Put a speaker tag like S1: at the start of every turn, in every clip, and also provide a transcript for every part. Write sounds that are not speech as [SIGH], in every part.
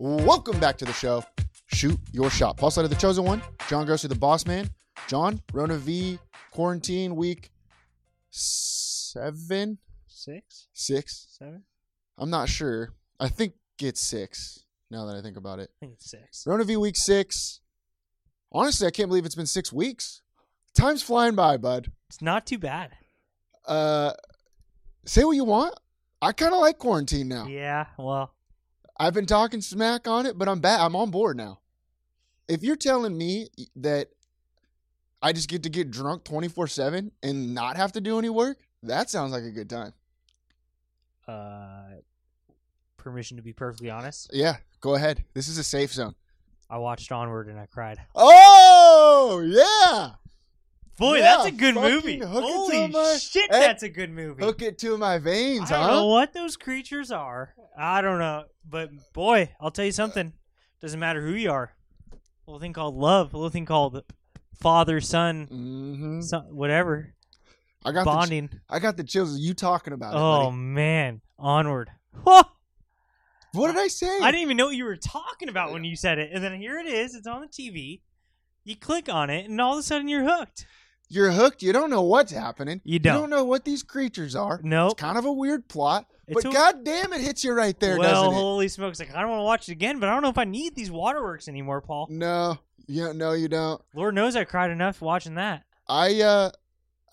S1: Welcome back to the show, Shoot Your Shot. Paul Slater, the chosen one. John goes to the boss man. John, Rona V, quarantine week seven,
S2: six,
S1: six.
S2: seven.
S1: I'm not sure. I think it's six now that I think about it.
S2: I think it's six.
S1: Rona V week six. Honestly, I can't believe it's been six weeks. Time's flying by, bud.
S2: It's not too bad.
S1: Uh, say what you want. I kind of like quarantine now.
S2: Yeah. Well,
S1: I've been talking smack on it, but I'm back. I'm on board now. If you're telling me that I just get to get drunk 24 seven and not have to do any work, that sounds like a good time.
S2: uh, permission to be perfectly honest.
S1: Yeah, go ahead. This is a safe zone.
S2: I watched Onward and I cried.
S1: Oh yeah,
S2: Boy,
S1: Yeah,
S2: that's a good
S1: fucking
S2: movie.
S1: hook it
S2: Holy
S1: to my-
S2: shit,
S1: Hey,
S2: that's a good movie.
S1: hook it to my
S2: I
S1: veins,
S2: don't
S1: huh?
S2: know what those creatures are. I don't know, but boy, I'll tell you something. Doesn't matter who you are. A little thing called love. A little thing called father son,
S1: hmm
S2: son whatever
S1: I got the,
S2: bonding.
S1: I got the chills. of You talking about it?
S2: oh
S1: buddy.
S2: man, Onward. Whoa.
S1: what did I say?
S2: I didn't even know what you were talking about when you said it. And then here it is. It's on the TV. You click on it, and all of a sudden you're hooked.
S1: You're hooked. You don't know what's happening.
S2: You don't.
S1: know what these creatures are.
S2: Nope.
S1: It's kind of a weird plot, but
S2: It's a-
S1: god damn it hits you right there,
S2: well,
S1: doesn't
S2: holy smokes! Like I don't want to watch it again, but I don't know if I need these waterworks anymore,
S1: it?
S2: Paul.
S1: No. Yeah, no you don't.
S2: Lord knows I cried enough watching that.
S1: I uh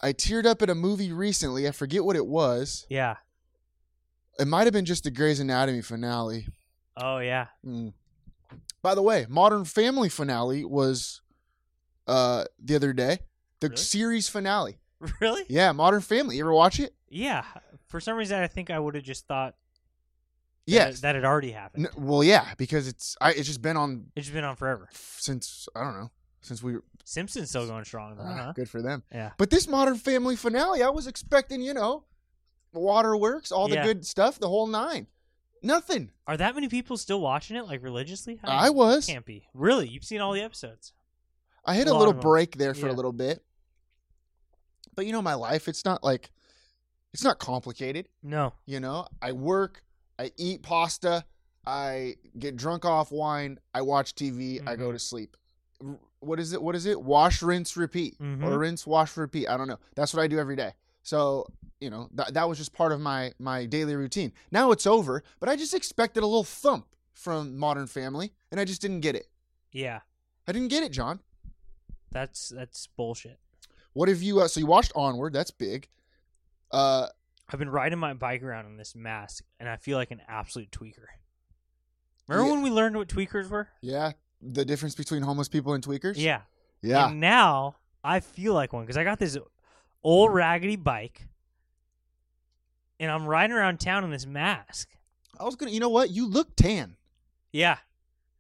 S1: I teared up at a movie recently. I forget what it was.
S2: Yeah.
S1: It might have been just the Grey's Anatomy finale.
S2: Oh yeah. [LAUGHS]
S1: Mm. By the way, Modern Family finale was uh the other day. The
S2: Really?
S1: series finale.
S2: Really? Yeah.
S1: Yeah, Modern Family. You ever watch it?
S2: For some reason, I think I would have just thought that,
S1: Yes.
S2: that had already happened.
S1: N- well, yeah, because it's I, it's just been on
S2: It's just been on forever.
S1: since I don't know since we were
S2: Simpsons still going strong though,
S1: ah,
S2: huh?
S1: [LAUGHS] good for them.
S2: Uh-huh. Yeah.
S1: But this Modern Family finale, I was expecting you know, waterworks, all the
S2: Yeah.
S1: good stuff, the whole nine. Nothing.
S2: Are that many people still watching it like religiously?
S1: I was.
S2: Can't be. Really? You've seen all the episodes?
S1: I hit a
S2: Lot
S1: little
S2: of 'em.
S1: break there for a
S2: Yeah.
S1: little bit. But you know my life, it's not like it's not complicated,
S2: No.
S1: you know. I work, I eat pasta, I get drunk off wine, I watch TV, I go to sleep. R- What is it? What is it? Wash, rinse, repeat. Or
S2: Mhm.
S1: rinse, wash, repeat. I don't know. That's what I do every day. So, you know, that that was just part of my my daily routine. Now it's over, but I just expected a little thump from Modern Family, and I just didn't get it.
S2: Yeah.
S1: I didn't get it, John.
S2: That's that's bullshit.
S1: What have you? Uh, so you watched Onward. That's big. Uh,
S2: I've been riding my bike around in this mask, and I feel like an absolute tweaker. Remember
S1: Yeah.
S2: when we learned what tweakers were?
S1: yeah. The difference between homeless people and tweakers.
S2: Yeah.
S1: Yeah.
S2: And now I feel like one because I got this old raggedy bike, and I'm riding around town in this mask.
S1: I was gonna. You know what? You look tan.
S2: Yeah.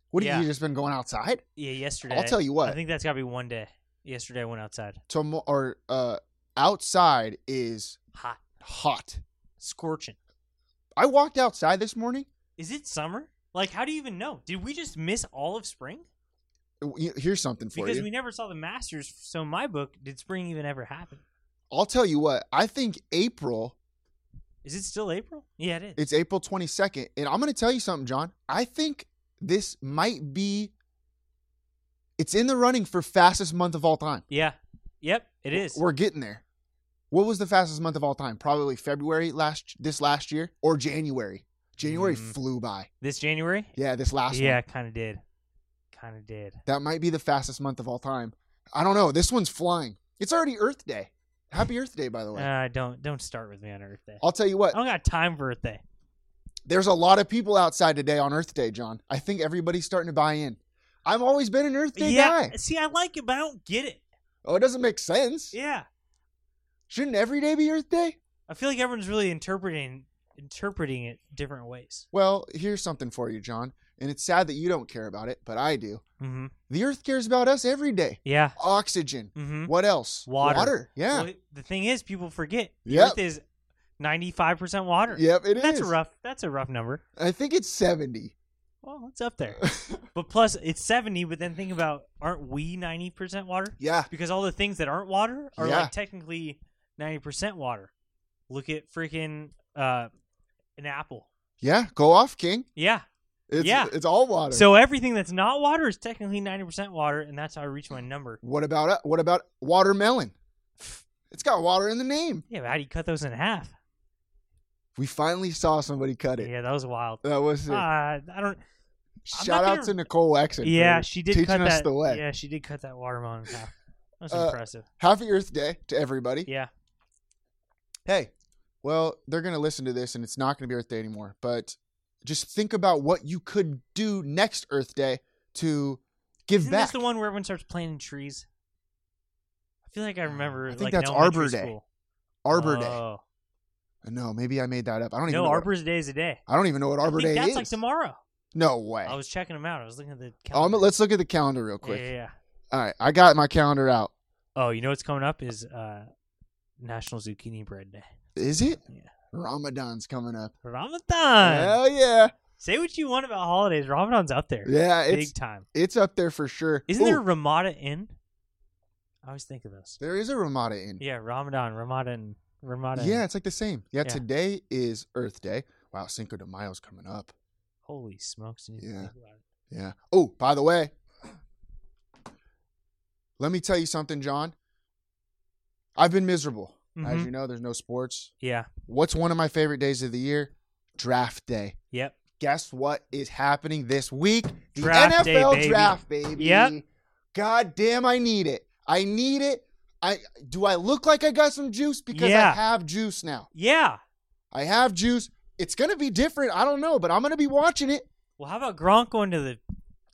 S1: What have
S2: Yeah.
S1: you just been going outside?
S2: Yeah. Yesterday.
S1: I'll tell you what.
S2: I think that's got to be one day. Yesterday I went outside.
S1: Tomo- or uh, outside is
S2: Hot,
S1: hot.
S2: scorching.
S1: I walked outside this morning.
S2: Is it summer? Like, how do you even know? Did we just miss all of spring?
S1: W- Here's something for
S2: Because
S1: you.
S2: we never saw the Masters, so in my book, did spring even ever happen?
S1: I'll tell you what. I think April.
S2: Is it still April? Yeah, it is.
S1: It's April 22nd, and I'm gonna tell you something, John. I think this might be. It's in the running for fastest month of all time.
S2: yeah. Yep, it is.
S1: We're getting there. What was the fastest month of all time? Probably February last this last year or January. January
S2: Mm.
S1: flew by.
S2: This January?
S1: Yeah, this last
S2: yeah,
S1: one.
S2: kind of did. Kind of did.
S1: That might be the fastest month of all time. I don't know. This one's flying. It's already Earth Day. Happy Earth Day, by the way.
S2: Uh, don't don't start with me on Earth Day.
S1: I'll tell you what.
S2: I don't got time for Earth Day.
S1: There's a lot of people outside today on Earth Day, John. I think everybody's starting to buy in. I've always been an Earth Day
S2: yeah,
S1: guy.
S2: see, I like it, but I don't get it.
S1: Oh, it doesn't make sense.
S2: Yeah,
S1: Shouldn't every day be Earth Day?
S2: I feel like everyone's really interpreting interpreting it different ways.
S1: Well, here's something for you, John. And it's sad that you don't care about it, but I do.
S2: Mm-hmm.
S1: The Earth cares about us every day.
S2: Yeah.
S1: Oxygen.
S2: Mm-hmm.
S1: What else?
S2: Water.
S1: Yeah.
S2: Well, the thing is, people forget the
S1: Yep.
S2: Earth is ninety five percent water.
S1: Yep, it is.
S2: that's a rough. That's a rough number.
S1: I think it's 70.
S2: Well, it's
S1: [LAUGHS]
S2: up there. but plus, it's seventy. But then think about, aren't we ninety percent water?
S1: Yeah.
S2: Because all the things that aren't water are
S1: Yeah.
S2: like technically ninety percent water. Look at freaking uh, an apple.
S1: Yeah. Go off, King.
S2: Yeah.
S1: It's,
S2: Yeah.
S1: It's all water.
S2: So everything that's not water is technically ninety percent water, and that's how I reach my number.
S1: what about uh, what about watermelon? It's got water in the name.
S2: Yeah, but how do you cut those in half?
S1: We finally saw somebody cut it.
S2: Yeah, that was wild.
S1: That was it.
S2: Uh, I don't.
S1: Shout
S2: not
S1: out
S2: gonna-
S1: to Nicole Exon.
S2: Yeah,
S1: for
S2: she did
S1: teaching
S2: cut
S1: us
S2: that.
S1: the way.
S2: Yeah, she did cut that watermelon in half. That's
S1: Uh,
S2: impressive.
S1: Happy Earth Day to everybody.
S2: Yeah.
S1: Hey, well, they're gonna listen to this, and it's not gonna be Earth Day anymore. But just think about what you could do next Earth Day to give
S2: Isn't
S1: back.
S2: this the one where everyone starts planting trees? I feel like I remember.
S1: I think
S2: like,
S1: that's
S2: in
S1: Arbor
S2: elementary
S1: Day.
S2: School.
S1: Arbor
S2: Oh.
S1: Day. No, maybe I made that up. I don't even
S2: No,
S1: know. what-
S2: Arbor Day is a day.
S1: I don't even know what Arbor
S2: I think
S1: Day
S2: that's
S1: is.
S2: like tomorrow.
S1: no way.
S2: I was checking them out. I was looking at the
S1: Oh, I'm-
S2: calendar.
S1: let's look at the calendar real
S2: Yeah,
S1: quick.
S2: Yeah, yeah.
S1: All right, I got my calendar out.
S2: Oh, you know what's coming up is uh, National Zucchini Bread Day.
S1: Is it?
S2: Yeah.
S1: Ramadan's coming up.
S2: Ramadan.
S1: Hell yeah,
S2: Say what you want about holidays. Ramadan's up there.
S1: yeah.
S2: Big
S1: It's
S2: time.
S1: it's up there for sure.
S2: Isn't there
S1: Ooh,
S2: a Ramada Inn? I always think of those.
S1: There is a Ramada Inn.
S2: Yeah, Ramadan, Ramadan, Ramadan.
S1: Yeah, it's like the same. Yeah,
S2: Yeah.
S1: today is Earth Day. Wow, Cinco de Mayo's coming up.
S2: Holy smokes! I didn't
S1: Yeah.
S2: think about it.
S1: Yeah. Oh, by the way, let me tell you something, John. I've been miserable. As
S2: Mhm.
S1: you know, there's no sports.
S2: Yeah.
S1: What's one of my favorite days of the year? Draft day.
S2: Yep.
S1: Guess what is happening this week? The
S2: Draft day,
S1: NFL
S2: baby.
S1: draft, baby.
S2: Yep.
S1: God damn, I need it. I need it. I do I look like I got some juice? Because I
S2: Yeah.
S1: have juice now.
S2: Yeah.
S1: I have juice. It's gonna be different. I don't know, but I'm gonna be watching it.
S2: Well, how about Gronk going to the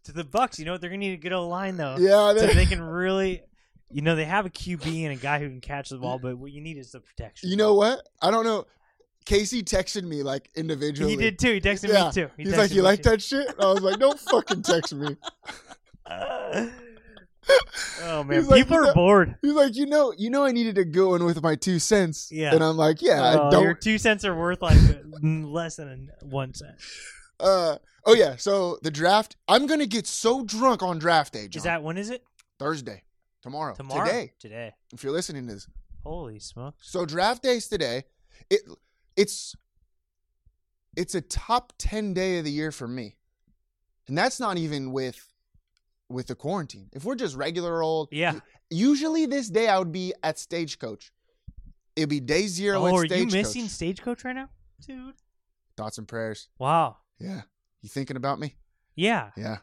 S2: to the Bucks? You know what? They're gonna need a good old line though. [LAUGHS]
S1: Yeah,
S2: So
S1: they-
S2: they can really, you know, they have a QB and a guy who can catch
S1: [LAUGHS]
S2: the ball, but what you need is the protection.
S1: You know what? I don't know. Casey texted me like individually.
S2: He did too. He texted
S1: Yeah.
S2: me too. He
S1: He's like,
S2: texted
S1: "You
S2: me,
S1: like
S2: too."
S1: that shit?" And I was like, "Don't fucking text me."
S2: oh
S1: [LAUGHS]
S2: man,
S1: He's like,
S2: people
S1: "You know-
S2: are bored.
S1: He's like, "You know, you know, I needed to go in with my two cents."
S2: Yeah.
S1: And I'm like, "Yeah, [LAUGHS] I
S2: Oh,
S1: don't."
S2: Your two cents are worth like less than a- one cent.
S1: Uh, oh yeah. So the draft. I'm gonna get so drunk on draft day, John.
S2: Is that when is it?
S1: Thursday, tomorrow,
S2: Tomorrow.
S1: today?
S2: Today.
S1: If you're listening to this,
S2: Holy smokes.
S1: So draft days today, it it's it's a top ten day of the year for me, and that's not even with with the quarantine. If we're just regular old,
S2: Yeah.
S1: Usually this day I would be at Stagecoach. It'd be day zero
S2: Oh,
S1: at
S2: are you
S1: Stagecoach.
S2: missing Stagecoach right now, dude?
S1: Thoughts and prayers.
S2: Wow.
S1: Yeah, you thinking about me?
S2: Yeah.
S1: Yeah,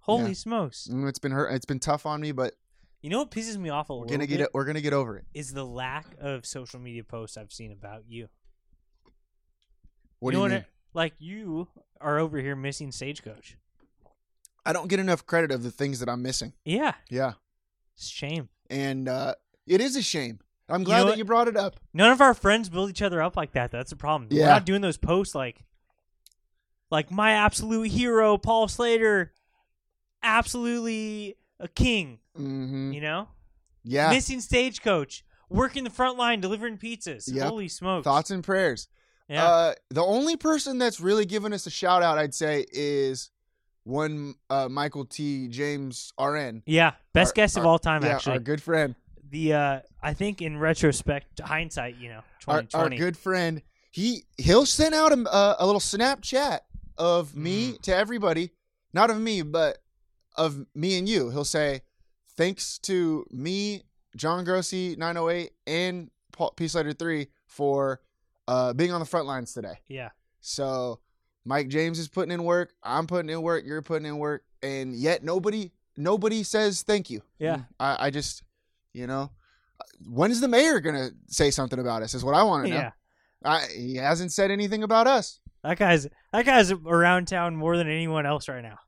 S2: Holy
S1: Yeah.
S2: smokes.
S1: Mm, it's been hurt. It's been tough on me, but
S2: You know what pisses me off a
S1: we're
S2: little
S1: gonna
S2: bit
S1: get it. We're gonna get over it.
S2: is the lack of social media posts I've seen about you.
S1: What do
S2: know
S1: you
S2: what
S1: mean?
S2: I- like you are over here missing Stagecoach.
S1: I don't get enough credit of the things that I'm missing.
S2: Yeah.
S1: Yeah,
S2: It's a shame.
S1: and uh, it is a shame. I'm
S2: You
S1: glad
S2: know
S1: that
S2: what?
S1: you brought it up.
S2: None of our friends build each other up like that. That's the problem.
S1: Yeah.
S2: We're not doing those posts like like my absolute hero, Paul Slater, absolutely a king,
S1: Mm-hmm.
S2: you know?
S1: Yeah.
S2: Missing stagecoach, working the front line, delivering pizzas.
S1: Yep.
S2: Holy smokes.
S1: Thoughts and prayers.
S2: yeah.
S1: Uh, the only person that's really given us a shout out, I'd say, is one uh, Michael T. James RN.
S2: yeah. Best
S1: our-
S2: guest of
S1: our-
S2: all time,
S1: yeah,
S2: actually.
S1: our good friend,
S2: the uh I think in retrospect, hindsight, you know,
S1: our,
S2: twenty
S1: our
S2: twenty.
S1: good friend. He he'll send out a, a, a little Snapchat of me
S2: Mm-hmm.
S1: to everybody, not of me, but of me and you. He'll say, "Thanks to me, John Grossi, 908, and Paul, Peace Letter Three for uh, being on the front lines today."
S2: Yeah.
S1: So Mike James is putting in work. I'm putting in work. You're putting in work, and yet nobody nobody says thank you. Mm,
S2: Yeah.
S1: I, I just, you know, uh, when is the mayor gonna say something about us? Is what I want to know.
S2: Yeah.
S1: I, he hasn't said anything about us.
S2: That guy's that guy's around town more than anyone else right now.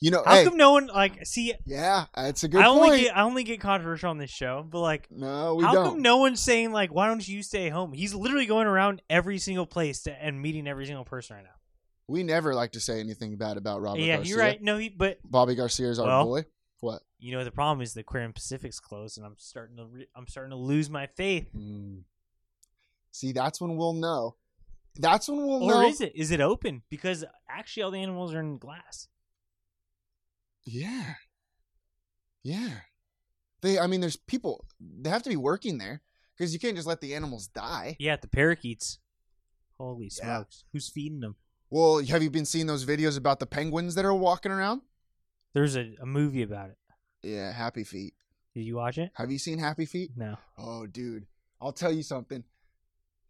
S1: You know,
S2: How
S1: hey,
S2: come no one like see
S1: yeah, that's a good
S2: I only
S1: point.
S2: get I only get controversial on this show, but like
S1: no, we
S2: how
S1: don't.
S2: come no one's saying like why don't you stay home? He's literally going around every single place to, and meeting every single person right now.
S1: we never like to say anything bad about Robert.
S2: yeah,
S1: Garcia.
S2: you're right. No, he but
S1: Bobby Garcia is our
S2: Well,
S1: boy. What?
S2: you know the problem is the Aquarium Pacific's closed, and I'm starting to re- I'm starting to lose my faith.
S1: Mm. See, that's when we'll know. That's when we'll
S2: Or
S1: know.
S2: is it? Is it open? Because actually, all the animals are in glass.
S1: Yeah. Yeah. They I mean there's people they have to be working there because you can't just let the animals die.
S2: Yeah, the parakeets. Holy
S1: Yeah.
S2: smokes! Who's feeding them?
S1: Well, have you been seeing those videos about the penguins that are walking around?
S2: There's a, a movie about it.
S1: Yeah, happy feet.
S2: Did you watch it?
S1: Have you seen happy feet?
S2: No.
S1: Oh, dude. I'll tell you something.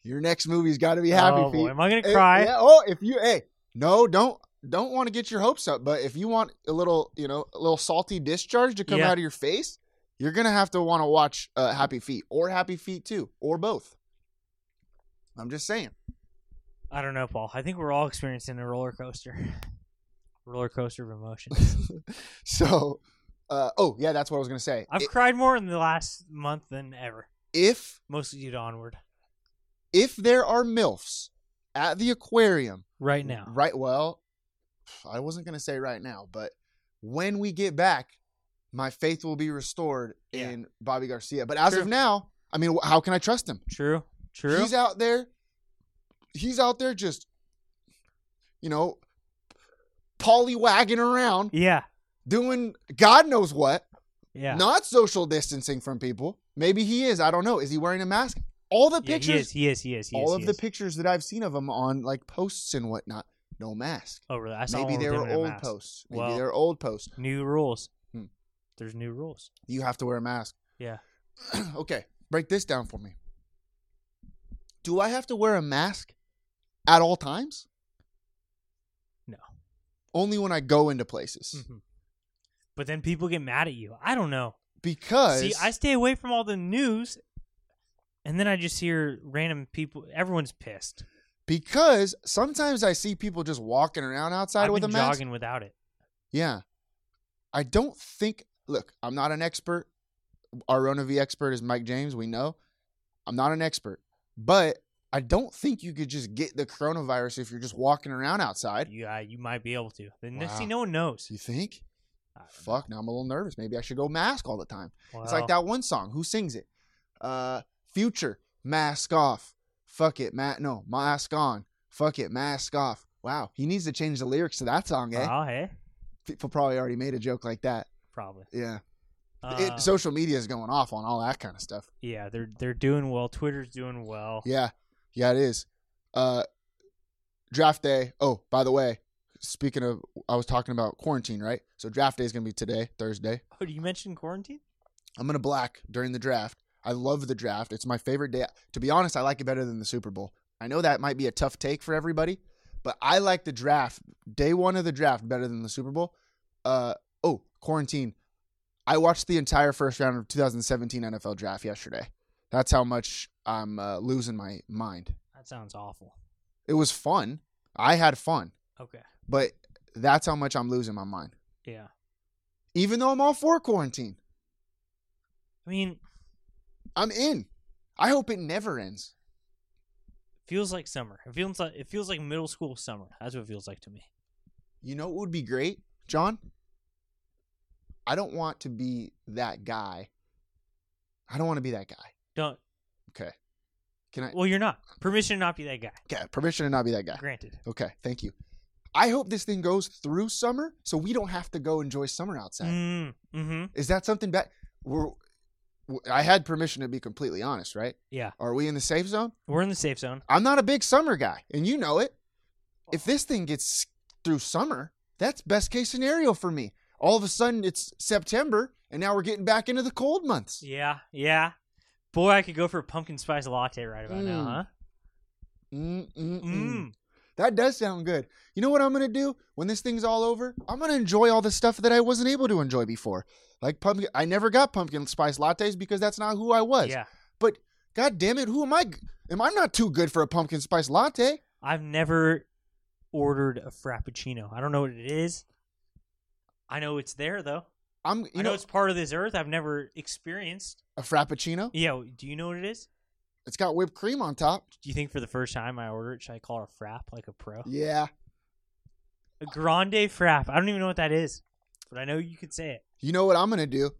S1: Your next movie's got to be happy
S2: oh,
S1: feet.
S2: Boy. Am I gonna
S1: Eh,
S2: cry?
S1: yeah, oh, if you hey, no, don't don't want to get your hopes up, but if you want a little, you know, a little salty discharge to come
S2: Yeah.
S1: out of your face, you're gonna have to want to watch uh, Happy Feet or Happy Feet Two or both. I'm just saying. [LAUGHS]
S2: I don't know, Paul. I think we're all experiencing a roller coaster. [LAUGHS] roller coaster of emotion.
S1: [LAUGHS] so, uh, oh yeah, that's what I was gonna say.
S2: I've
S1: I-
S2: cried more in the last month than ever,
S1: if
S2: mostly due to Onward.
S1: if there are milfs at the aquarium
S2: Right now,
S1: Right. Well, I wasn't gonna say right now, but when we get back, my faith will be restored
S2: Yeah.
S1: in Bobby Garcia. But as
S2: True.
S1: of now, I mean, wh- how can I trust him?
S2: true, true.
S1: He's out there. He's out there just, you know, pollywagging around,
S2: yeah,
S1: doing God knows what,
S2: yeah.
S1: not social distancing from people. Maybe he is. I don't know. Is he wearing a mask? All the
S2: Yeah,
S1: pictures,
S2: he is. He is. He is. He is
S1: all of
S2: he
S1: the
S2: is.
S1: pictures that I've seen of him on like posts and whatnot, no mask
S2: Oh, really? I saw
S1: maybe
S2: one
S1: they
S2: with him
S1: were
S2: in a
S1: old
S2: mask.
S1: posts. Maybe
S2: Well-
S1: they were old posts.
S2: New rules.
S1: Hmm.
S2: There's new rules.
S1: You have to wear a mask. [CLEARS THROAT]
S2: Yeah.
S1: okay, break this down for me. Do I have to wear a mask at all times?
S2: No.
S1: Only when I go into places.
S2: Mhm. But then people get mad at you. I don't know.
S1: Because
S2: See, I stay away from all the news, and then I just hear random people. Everyone's pissed.
S1: because sometimes I see people just walking around outside
S2: I've
S1: with
S2: been
S1: a mask.
S2: jogging without it.
S1: Yeah. I don't think look, I'm not an expert. Our Rona V expert is Mike James, we know. I'm not an expert. But I don't think you could just get the coronavirus if you're just walking around outside.
S2: You, uh, you might be able to. Then next
S1: Wow.
S2: thing, no one knows.
S1: You think?
S2: I don't know.
S1: Fuck, now I'm a little nervous. Maybe I should go mask all the time. It's like
S2: Well,
S1: that one song. Who sings it? Uh Future, mask off. Fuck it, Matt. No, mask on. Fuck it, mask off. Wow, he needs to change the lyrics to that song, eh?
S2: well, hey,
S1: People probably already made a joke like that.
S2: probably.
S1: Yeah.
S2: Uh,
S1: it, social media is going off on all that kind of stuff.
S2: yeah, they're they're doing well. Twitter's doing well.
S1: Yeah, yeah, it is. Uh, draft day. Oh, by the way, speaking of, I was talking about quarantine, right? So draft day is gonna be today, Thursday.
S2: Oh, did you mention quarantine?
S1: I'm gonna black during the draft. I love the draft. It's my favorite day. To be honest, I like it better than the Super Bowl. I know that might be a tough take for everybody, but I like the draft day one of the draft better than the Super Bowl. Uh oh, quarantine. I watched the entire first round of 2017 NFL draft yesterday. That's how much I'm uh, losing my mind.
S2: That sounds awful.
S1: It was fun. I had fun,
S2: Okay.
S1: but that's how much I'm losing my mind.
S2: Yeah.
S1: Even though I'm all for quarantine,
S2: I mean,
S1: I'm in. I hope it never ends.
S2: feels like summer. It feels like it feels like middle school summer. That's what it feels like to me.
S1: You know what would be great, John? I don't want to be that guy. I don't want to be that guy.
S2: Don't.
S1: Okay. Can I?
S2: Well, you're not. Permission to not be that guy.
S1: Okay. Permission to not be that guy.
S2: Granted.
S1: Okay. Thank you. I hope this thing goes through summer so we don't have to go enjoy summer outside.
S2: Mm, hmm
S1: Is that something bad? We're, w- I had permission to be completely honest, right?
S2: Yeah.
S1: Are we in the safe zone?
S2: We're in the safe zone.
S1: I'm not a big summer guy, and you know it. If this thing gets through summer, that's best case scenario for me. All of a sudden, it's September, and now we're getting back into the cold months.
S2: Yeah. Yeah. Boy, I could go for a pumpkin spice latte right about now,
S1: Mm.
S2: huh?
S1: Mm, mm, mm.
S2: Mm.
S1: That does sound good. You know what I'm gonna do when this thing's all over? I'm gonna enjoy all the stuff that I wasn't able to enjoy before, like pumpkin. I never got pumpkin spice lattes because that's not who I was.
S2: Yeah.
S1: But god damn it, who am I? g- Am I not too good for a pumpkin spice latte?
S2: I've never ordered a frappuccino. I don't know what it is. I know it's there though.
S1: I'm. You
S2: I know,
S1: know,
S2: it's part of this earth. I've never experienced.
S1: a frappuccino.
S2: Yeah. Do you know what it is?
S1: It's got whipped cream on top.
S2: Do you think for the first time I order it, should I call it a frap like a pro?
S1: Yeah.
S2: A grande frap. I don't even know what that is, but I know you could say it.
S1: You know what I'm gonna do?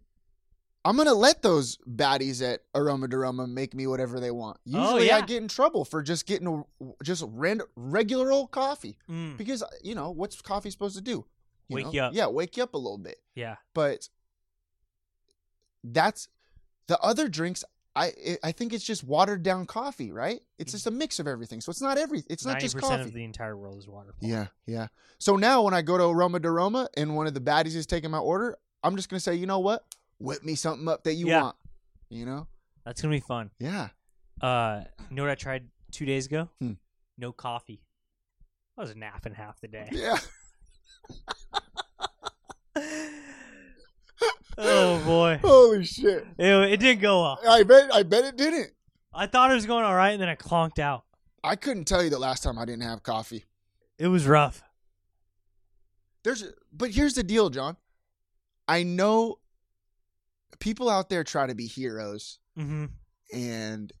S1: I'm gonna let those baddies at Aroma Doroma make me whatever they want.
S2: Oh,
S1: Usually, I
S2: yeah.
S1: get in trouble for just getting a, just ran, regular old coffee
S2: Mm,
S1: because uh, you know what's coffee supposed to do?
S2: Wake
S1: know?
S2: you up.
S1: Yeah, wake you up a little bit.
S2: yeah.
S1: But that's the other drinks. I I- I think it's just watered down coffee, right? It's just a mix of everything. So it's not every. It's not just
S2: 90%
S1: coffee.
S2: Hmm. of the entire world is water.
S1: Yeah, yeah. So now when I go to Aroma de Roma and one of the baddies is taking my order, I'm just gonna say, you know what? Whip me something up that you
S2: Yeah.
S1: want. You know?
S2: That's gonna be fun.
S1: Yeah.
S2: Uh, you know what I tried two days ago?
S1: Hmm.
S2: No coffee. I was napping half
S1: [LAUGHS]
S2: the day. [LAUGHS]
S1: Yeah.
S2: oh boy,
S1: Holy shit.
S2: it, it didn't go well.
S1: I bet I bet it didn't.
S2: I thought it was going all right, and then I clonked out.
S1: I couldn't tell you the last time I didn't have coffee.
S2: It was rough.
S1: There's but here's the deal, John. I know people out there try to be heroes.
S2: hmm
S1: and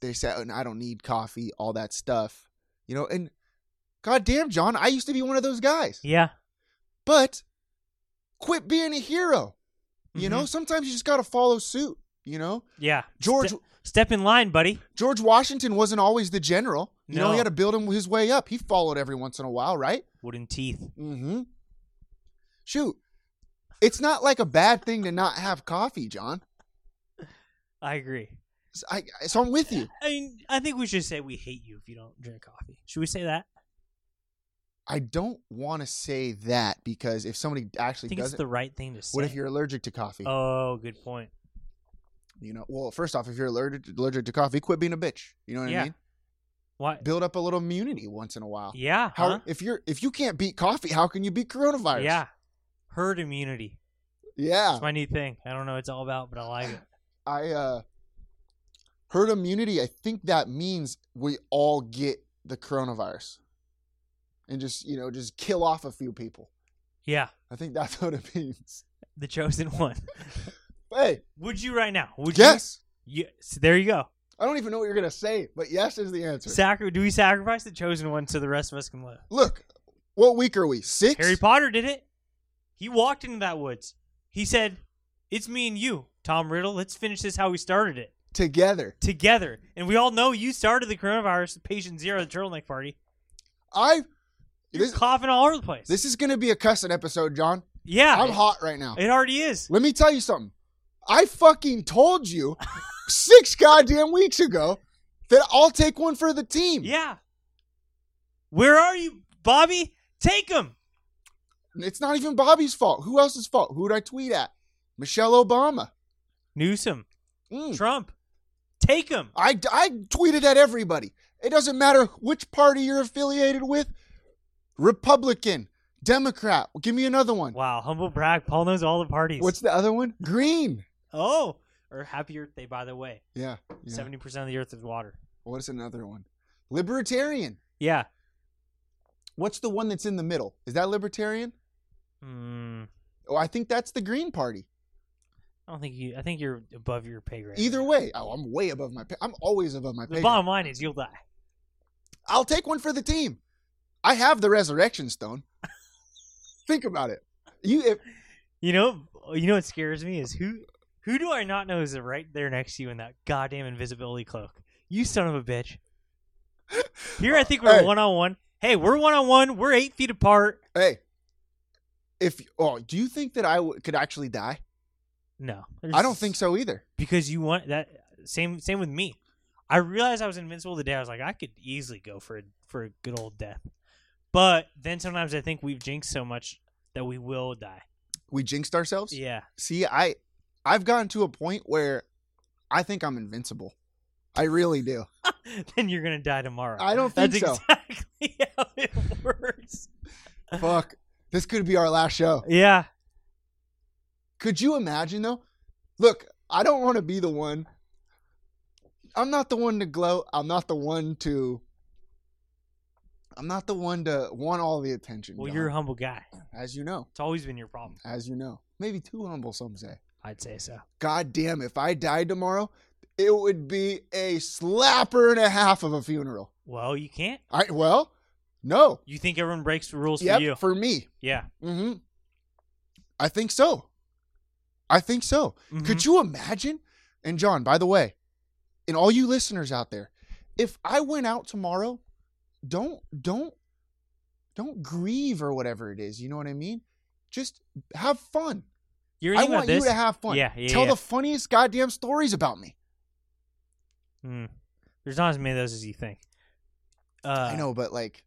S1: they said, "Oh, no, I don't need coffee, all that stuff. You know, and goddamn, John, I used to be one of those guys.
S2: Yeah.
S1: But quit being a hero. You
S2: Mhm.
S1: know, sometimes you just gotta follow suit, you know?
S2: Yeah.
S1: George-
S2: Ste- step in line, buddy.
S1: George Washington wasn't always the general. You know,
S2: No.
S1: he had to build him his way up. He followed every once in a while, right?
S2: Wooden teeth.
S1: Mm-hmm. Shoot. It's not like a bad thing to not have coffee, John.
S2: I agree.
S1: So, I, so I'm with you.
S2: I mean, I think we should say we hate you if you don't drink coffee. Should we say that?
S1: I don't want to say that because if somebody
S2: I
S1: actually
S2: think it's
S1: does it,
S2: the right thing to say.
S1: What if you're allergic to coffee?
S2: Oh, good point.
S1: You know, well, first off, if you're allergic allergic to coffee, quit being a bitch. You know what
S2: Yeah.
S1: I mean?
S2: What?
S1: Build up a little immunity once in a while.
S2: Yeah.
S1: How
S2: huh?
S1: if you're if you can't beat coffee, how can you beat coronavirus?
S2: Yeah. Herd immunity.
S1: yeah.
S2: It's my new thing. I don't know what it's all about, but I like it.
S1: I uh, herd immunity. I think that means we all get the coronavirus, and just you know just kill off a few people.
S2: Yeah.
S1: I think that's [LAUGHS] what it means.
S2: The chosen [LAUGHS] one.
S1: Hey,
S2: Would you right now? Would
S1: yes.
S2: you? Yes. There you go.
S1: I don't even know what you're gonna say, but yes is the answer.
S2: Sacri- do we sacrifice the chosen one so the rest of us can live?
S1: Look, what week are we? Six.
S2: Harry Potter did it. He walked into that woods. He said, It's me and you, Tom Riddle. Let's finish this how we started it.
S1: together.
S2: Together. And we all know you started the coronavirus, patient zero, the turtleneck party.
S1: I.
S2: You're
S1: This,
S2: coughing all over the place.
S1: This is going to be a cussing episode, John.
S2: yeah.
S1: I'm hot right now.
S2: It already is.
S1: Let me tell you something. I fucking told you six goddamn weeks ago that I'll take one for the team.
S2: Yeah. Where are you, Bobby? Take him.
S1: It's not even Bobby's fault. Who else's fault? Who'd I tweet at? Michelle Obama.
S2: Newsom.
S1: Mm.
S2: Trump. Take him.
S1: I, I tweeted at everybody. It doesn't matter which party you're affiliated with Republican, Democrat. Give me another one.
S2: Wow, humble brag. Paul knows all the parties.
S1: What's the other one? Green.
S2: oh, or Happy Earth Day, by the way.
S1: Yeah. yeah.
S2: Seventy percent of the Earth is water.
S1: What is another one? Libertarian.
S2: Yeah.
S1: What's the one that's in the middle? Is that libertarian?
S2: Mm,
S1: Oh, I think that's the Green Party.
S2: I don't think you. I think you're above your pay grade.
S1: Either way, oh, I'm way above my. Pay- I'm always above my
S2: the
S1: pay. grade.
S2: bottom line is you'll die.
S1: I'll take one for the team. I have the resurrection
S2: [LAUGHS]
S1: stone. think about it. You, if,
S2: You know. You know what scares me is who. Who do I not know is right there next to you in that goddamn invisibility cloak? You son of
S1: [LAUGHS]
S2: a bitch. Here I think we're
S1: Hey.
S2: one on one. Hey, we're one on one. We're eight feet apart.
S1: hey, if oh, do you think that I w- could actually die?
S2: No,
S1: I don't think so either.
S2: because you want that same same with me. I realized I was invincible today. I was like, I could easily go for a, for a good old death, but then sometimes I think we've jinxed so much that we will die.
S1: We jinxed ourselves.
S2: Yeah,
S1: See, I, I've gotten to a point where I think I'm invincible. I really do.
S2: [LAUGHS] then you're gonna die tomorrow.
S1: I don't
S2: That's
S1: think so.
S2: exactly [LAUGHS] how it works.
S1: Fuck. This could be our last show.
S2: Yeah.
S1: Could you imagine though? Look, I don't want to be the one. I'm not the one to gloat. I'm not the one to. I'm not the one to want all the attention.
S2: Well,
S1: John,
S2: you're a humble guy.
S1: as you know,
S2: It's always been your problem.
S1: as you know, maybe too humble. Some say.
S2: I'd say so.
S1: God damn! If I died tomorrow, it would be a slapper and a half of a funeral.
S2: Well, you can't.
S1: I well, no.
S2: You think everyone breaks the rules
S1: Yep,
S2: for you?
S1: for me.
S2: yeah.
S1: Mm-hmm. I think so. I think so.
S2: Mm-hmm.
S1: Could you imagine? And John, by the way, and all you listeners out there, if I went out tomorrow, don't don't don't grieve or whatever it is. You know what I mean? Just have fun.
S2: You're
S1: I
S2: thinking
S1: want
S2: about this?
S1: you to have fun.
S2: Yeah, yeah,
S1: Tell
S2: yeah.
S1: the funniest goddamn stories about me.
S2: Mm. There's not as many of those as you think. Uh,
S1: I know, but
S2: [LAUGHS]
S1: like,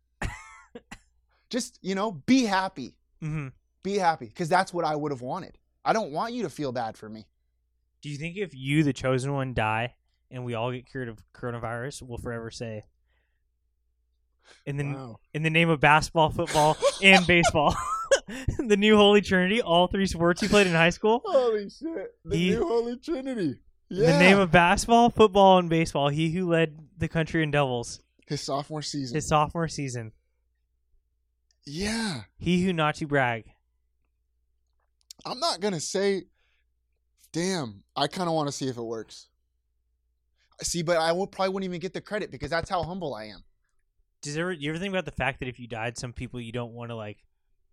S1: just you know, be happy.
S2: mhm.
S1: Be happy, because that's what I would have wanted. I don't want you to feel bad for me.
S2: Do you think if you, the chosen one, die and we all get cured of coronavirus, we'll forever say, in the
S1: Wow.
S2: in the name of basketball, football, and baseball, [LAUGHS] the new holy trinity, all three sports you played in high school,
S1: Holy shit. The
S2: He-
S1: new Holy Trinity.
S2: in
S1: Oh, Yeah.
S2: the name of basketball, football, and baseball, he who led the country in doubles
S1: his sophomore season.
S2: his sophomore season,
S1: yeah.
S2: he who not to brag,
S1: I'm not going to say, damn, I kind of want to see if it works. See, but I will, probably wouldn't even get the credit because that's how humble I am.
S2: Does ever you ever think about the fact that if you died, some people you don't want to like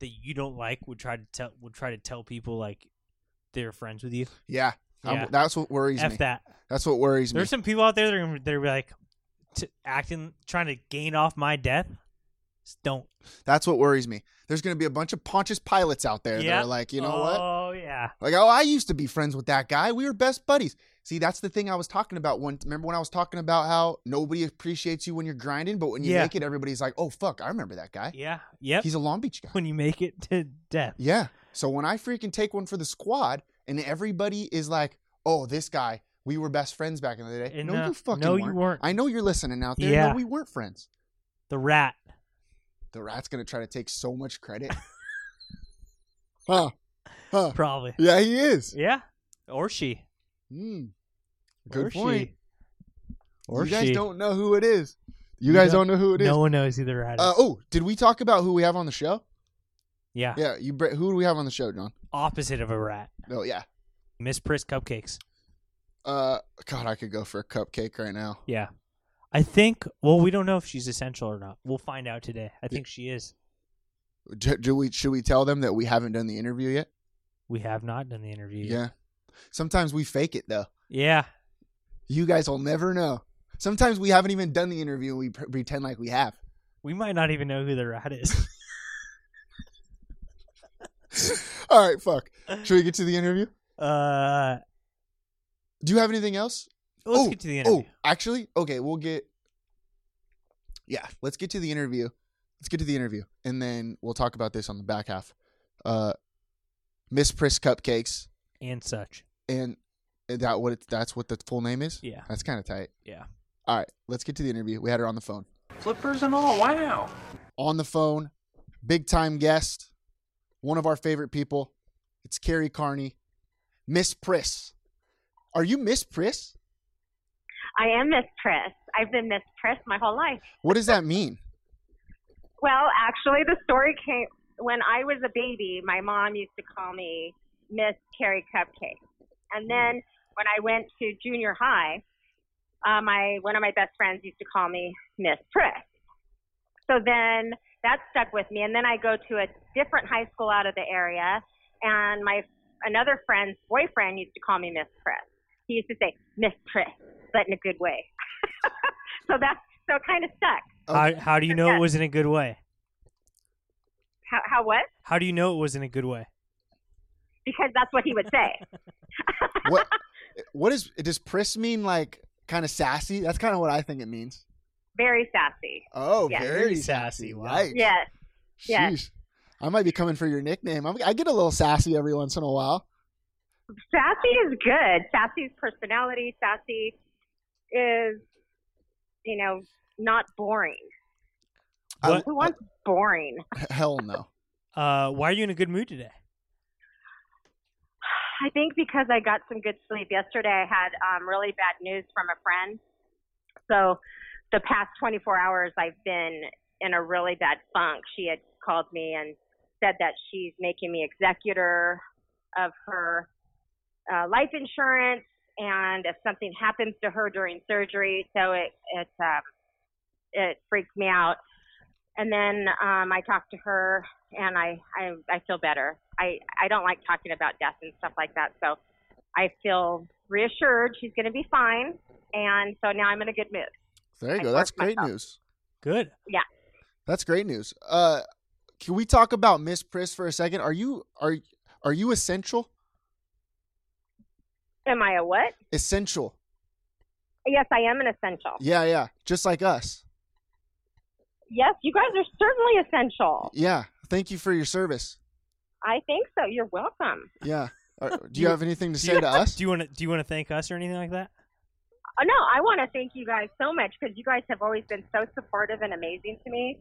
S2: that you don't like would try to tell would try to tell people like they're friends with you.
S1: Yeah. I'm-
S2: Yeah.
S1: that's what worries
S2: F
S1: me.
S2: that.
S1: That's what worries me.
S2: There's some people out there that are, gonna- that are like t- acting trying to gain off my death. Just don't.
S1: that's what worries me. There's going to be a bunch of Pontius pilots out there
S2: Yeah.
S1: that are like, you know what?
S2: Oh yeah.
S1: Like, oh, I used to be friends with that guy. We were best buddies. See, that's the thing I was talking about. One, remember when I was talking about how nobody appreciates you when you're grinding, but when you
S2: Yeah.
S1: make it, everybody's like, "Oh fuck, I remember that guy.
S2: Yeah. Yep.
S1: He's a Long Beach guy."
S2: when you make it to death.
S1: Yeah. So when I freaking take one for the squad, and everybody is like, "Oh, this guy, we were best friends back in the day."
S2: And,
S1: no,
S2: uh,
S1: you fucking
S2: no, you
S1: weren't.
S2: weren't.
S1: I know you're listening out there.
S2: Yeah.
S1: No, we weren't friends.
S2: The rat.
S1: The rat's gonna try to take so much
S2: [LAUGHS]
S1: credit. huh? Huh?
S2: Probably.
S1: Yeah, he is.
S2: Yeah. Or she.
S1: Mm. Good
S2: or
S1: point.
S2: She. Or
S1: you guys
S2: she.
S1: don't know who it is. You
S2: We
S1: guys
S2: don't-
S1: don't, know who it is.
S2: No one knows who the rat is.
S1: Uh, oh, did we talk about who we have on the show?
S2: yeah.
S1: Yeah, you. br- Who do we have on the show, John?
S2: Opposite of a rat.
S1: Oh, yeah.
S2: Miss Priss cupcakes.
S1: Uh, God, I could go for a cupcake right now.
S2: Yeah. I think well, we don't know if she's essential or not. We'll find out today. I think she is.
S1: Do, do we? Should we tell them that we haven't done the interview yet?
S2: We have not done the interview.
S1: Yeah. Sometimes we fake it though.
S2: Yeah.
S1: You guys will never know. Sometimes we haven't even done the interview and we pr- pretend like we have.
S2: We might not even know who the
S1: [LAUGHS]
S2: rat is.
S1: All right,
S2: [SIGHS]
S1: fuck. Should we get to the interview?
S2: Uh
S1: Do you have anything else?
S2: let's
S1: Oh,
S2: get to the interview.
S1: Oh, actually, okay, we'll get. Yeah, let's get to the interview. Let's get to the interview, and then we'll talk about this on the back half. Uh, Miss Priss Cupcakes,
S2: And such.
S1: and is that what it, that's what the full name is.
S2: Yeah.
S1: that's kind of tight.
S2: Yeah.
S1: All right, let's get to the interview. We had her on the phone.
S3: Flippers and all. Wow.
S1: On the phone, big time guest, one of our favorite people. It's Carrie Carney, Miss Priss. Are you Miss Priss?
S4: I am Miss Priss. I've been Miss Priss my whole life.
S1: What does that mean?
S4: Well, actually, the story came when I was a baby. My mom used to call me Miss Carrie Cupcake. And then when I went to junior high, uh, my one of my best friends used to call me Miss Priss. So then that stuck with me. And then I go to a different high school out of the area, and my another friend's boyfriend used to call me Miss Priss. He used to say Miss Priss, but in a good way. [LAUGHS] so that so it kind of stuck.
S1: Oh.
S2: How how do you know it was in a good way?
S4: How, how what?
S2: How do you know it was in a good way?
S4: because that's what he would say.
S1: what what is does priss mean like kind of sassy that's kind of what i think it means
S4: Very sassy.
S1: oh
S4: Yeah.
S2: Very sassy, wow.
S1: right
S4: Yes. yes.
S1: Sheesh. i might be coming for your nickname I'm, i get a little sassy every once in a while
S4: Sassy is good. Sassy's personality. Sassy is, you know, not boring.
S1: I,
S4: Who wants boring?
S1: hell no.
S2: Uh, why are you in a good mood today?
S4: I think because I got some good sleep yesterday, I had um, really bad news from a friend. So the past 24 hours, I've been in a really bad funk. She had called me and said that she's making me executor of her uh, life insurance, and if something happens to her during surgery, so it it um, it freaked me out. And then um, I talked to her, and I, I I feel better. I I don't like talking about death and stuff like that, so I feel reassured she's going to be fine. And so now I'm in a good mood.
S1: There you
S4: I
S1: go. That's
S4: forced
S1: great
S4: myself.
S1: news.
S2: Good.
S1: That's great news. Uh, can we talk about Miss Priss for a second? Are you are are you essential?
S4: Am I a what?
S1: Essential.
S4: Yes, I am an essential.
S1: Yeah, yeah. Just like us.
S4: Yes, you guys are certainly essential.
S1: Yeah. Thank you for your service.
S4: I think so. You're welcome.
S1: Yeah.
S2: [LAUGHS]
S1: Are, do
S2: You-
S1: you have anything to
S2: Do
S1: say
S2: you-
S1: to us?
S2: Do you want to do you want to thank us or anything like that?
S4: Oh, no, I want to thank you guys so much because you guys have always been so supportive and amazing to me.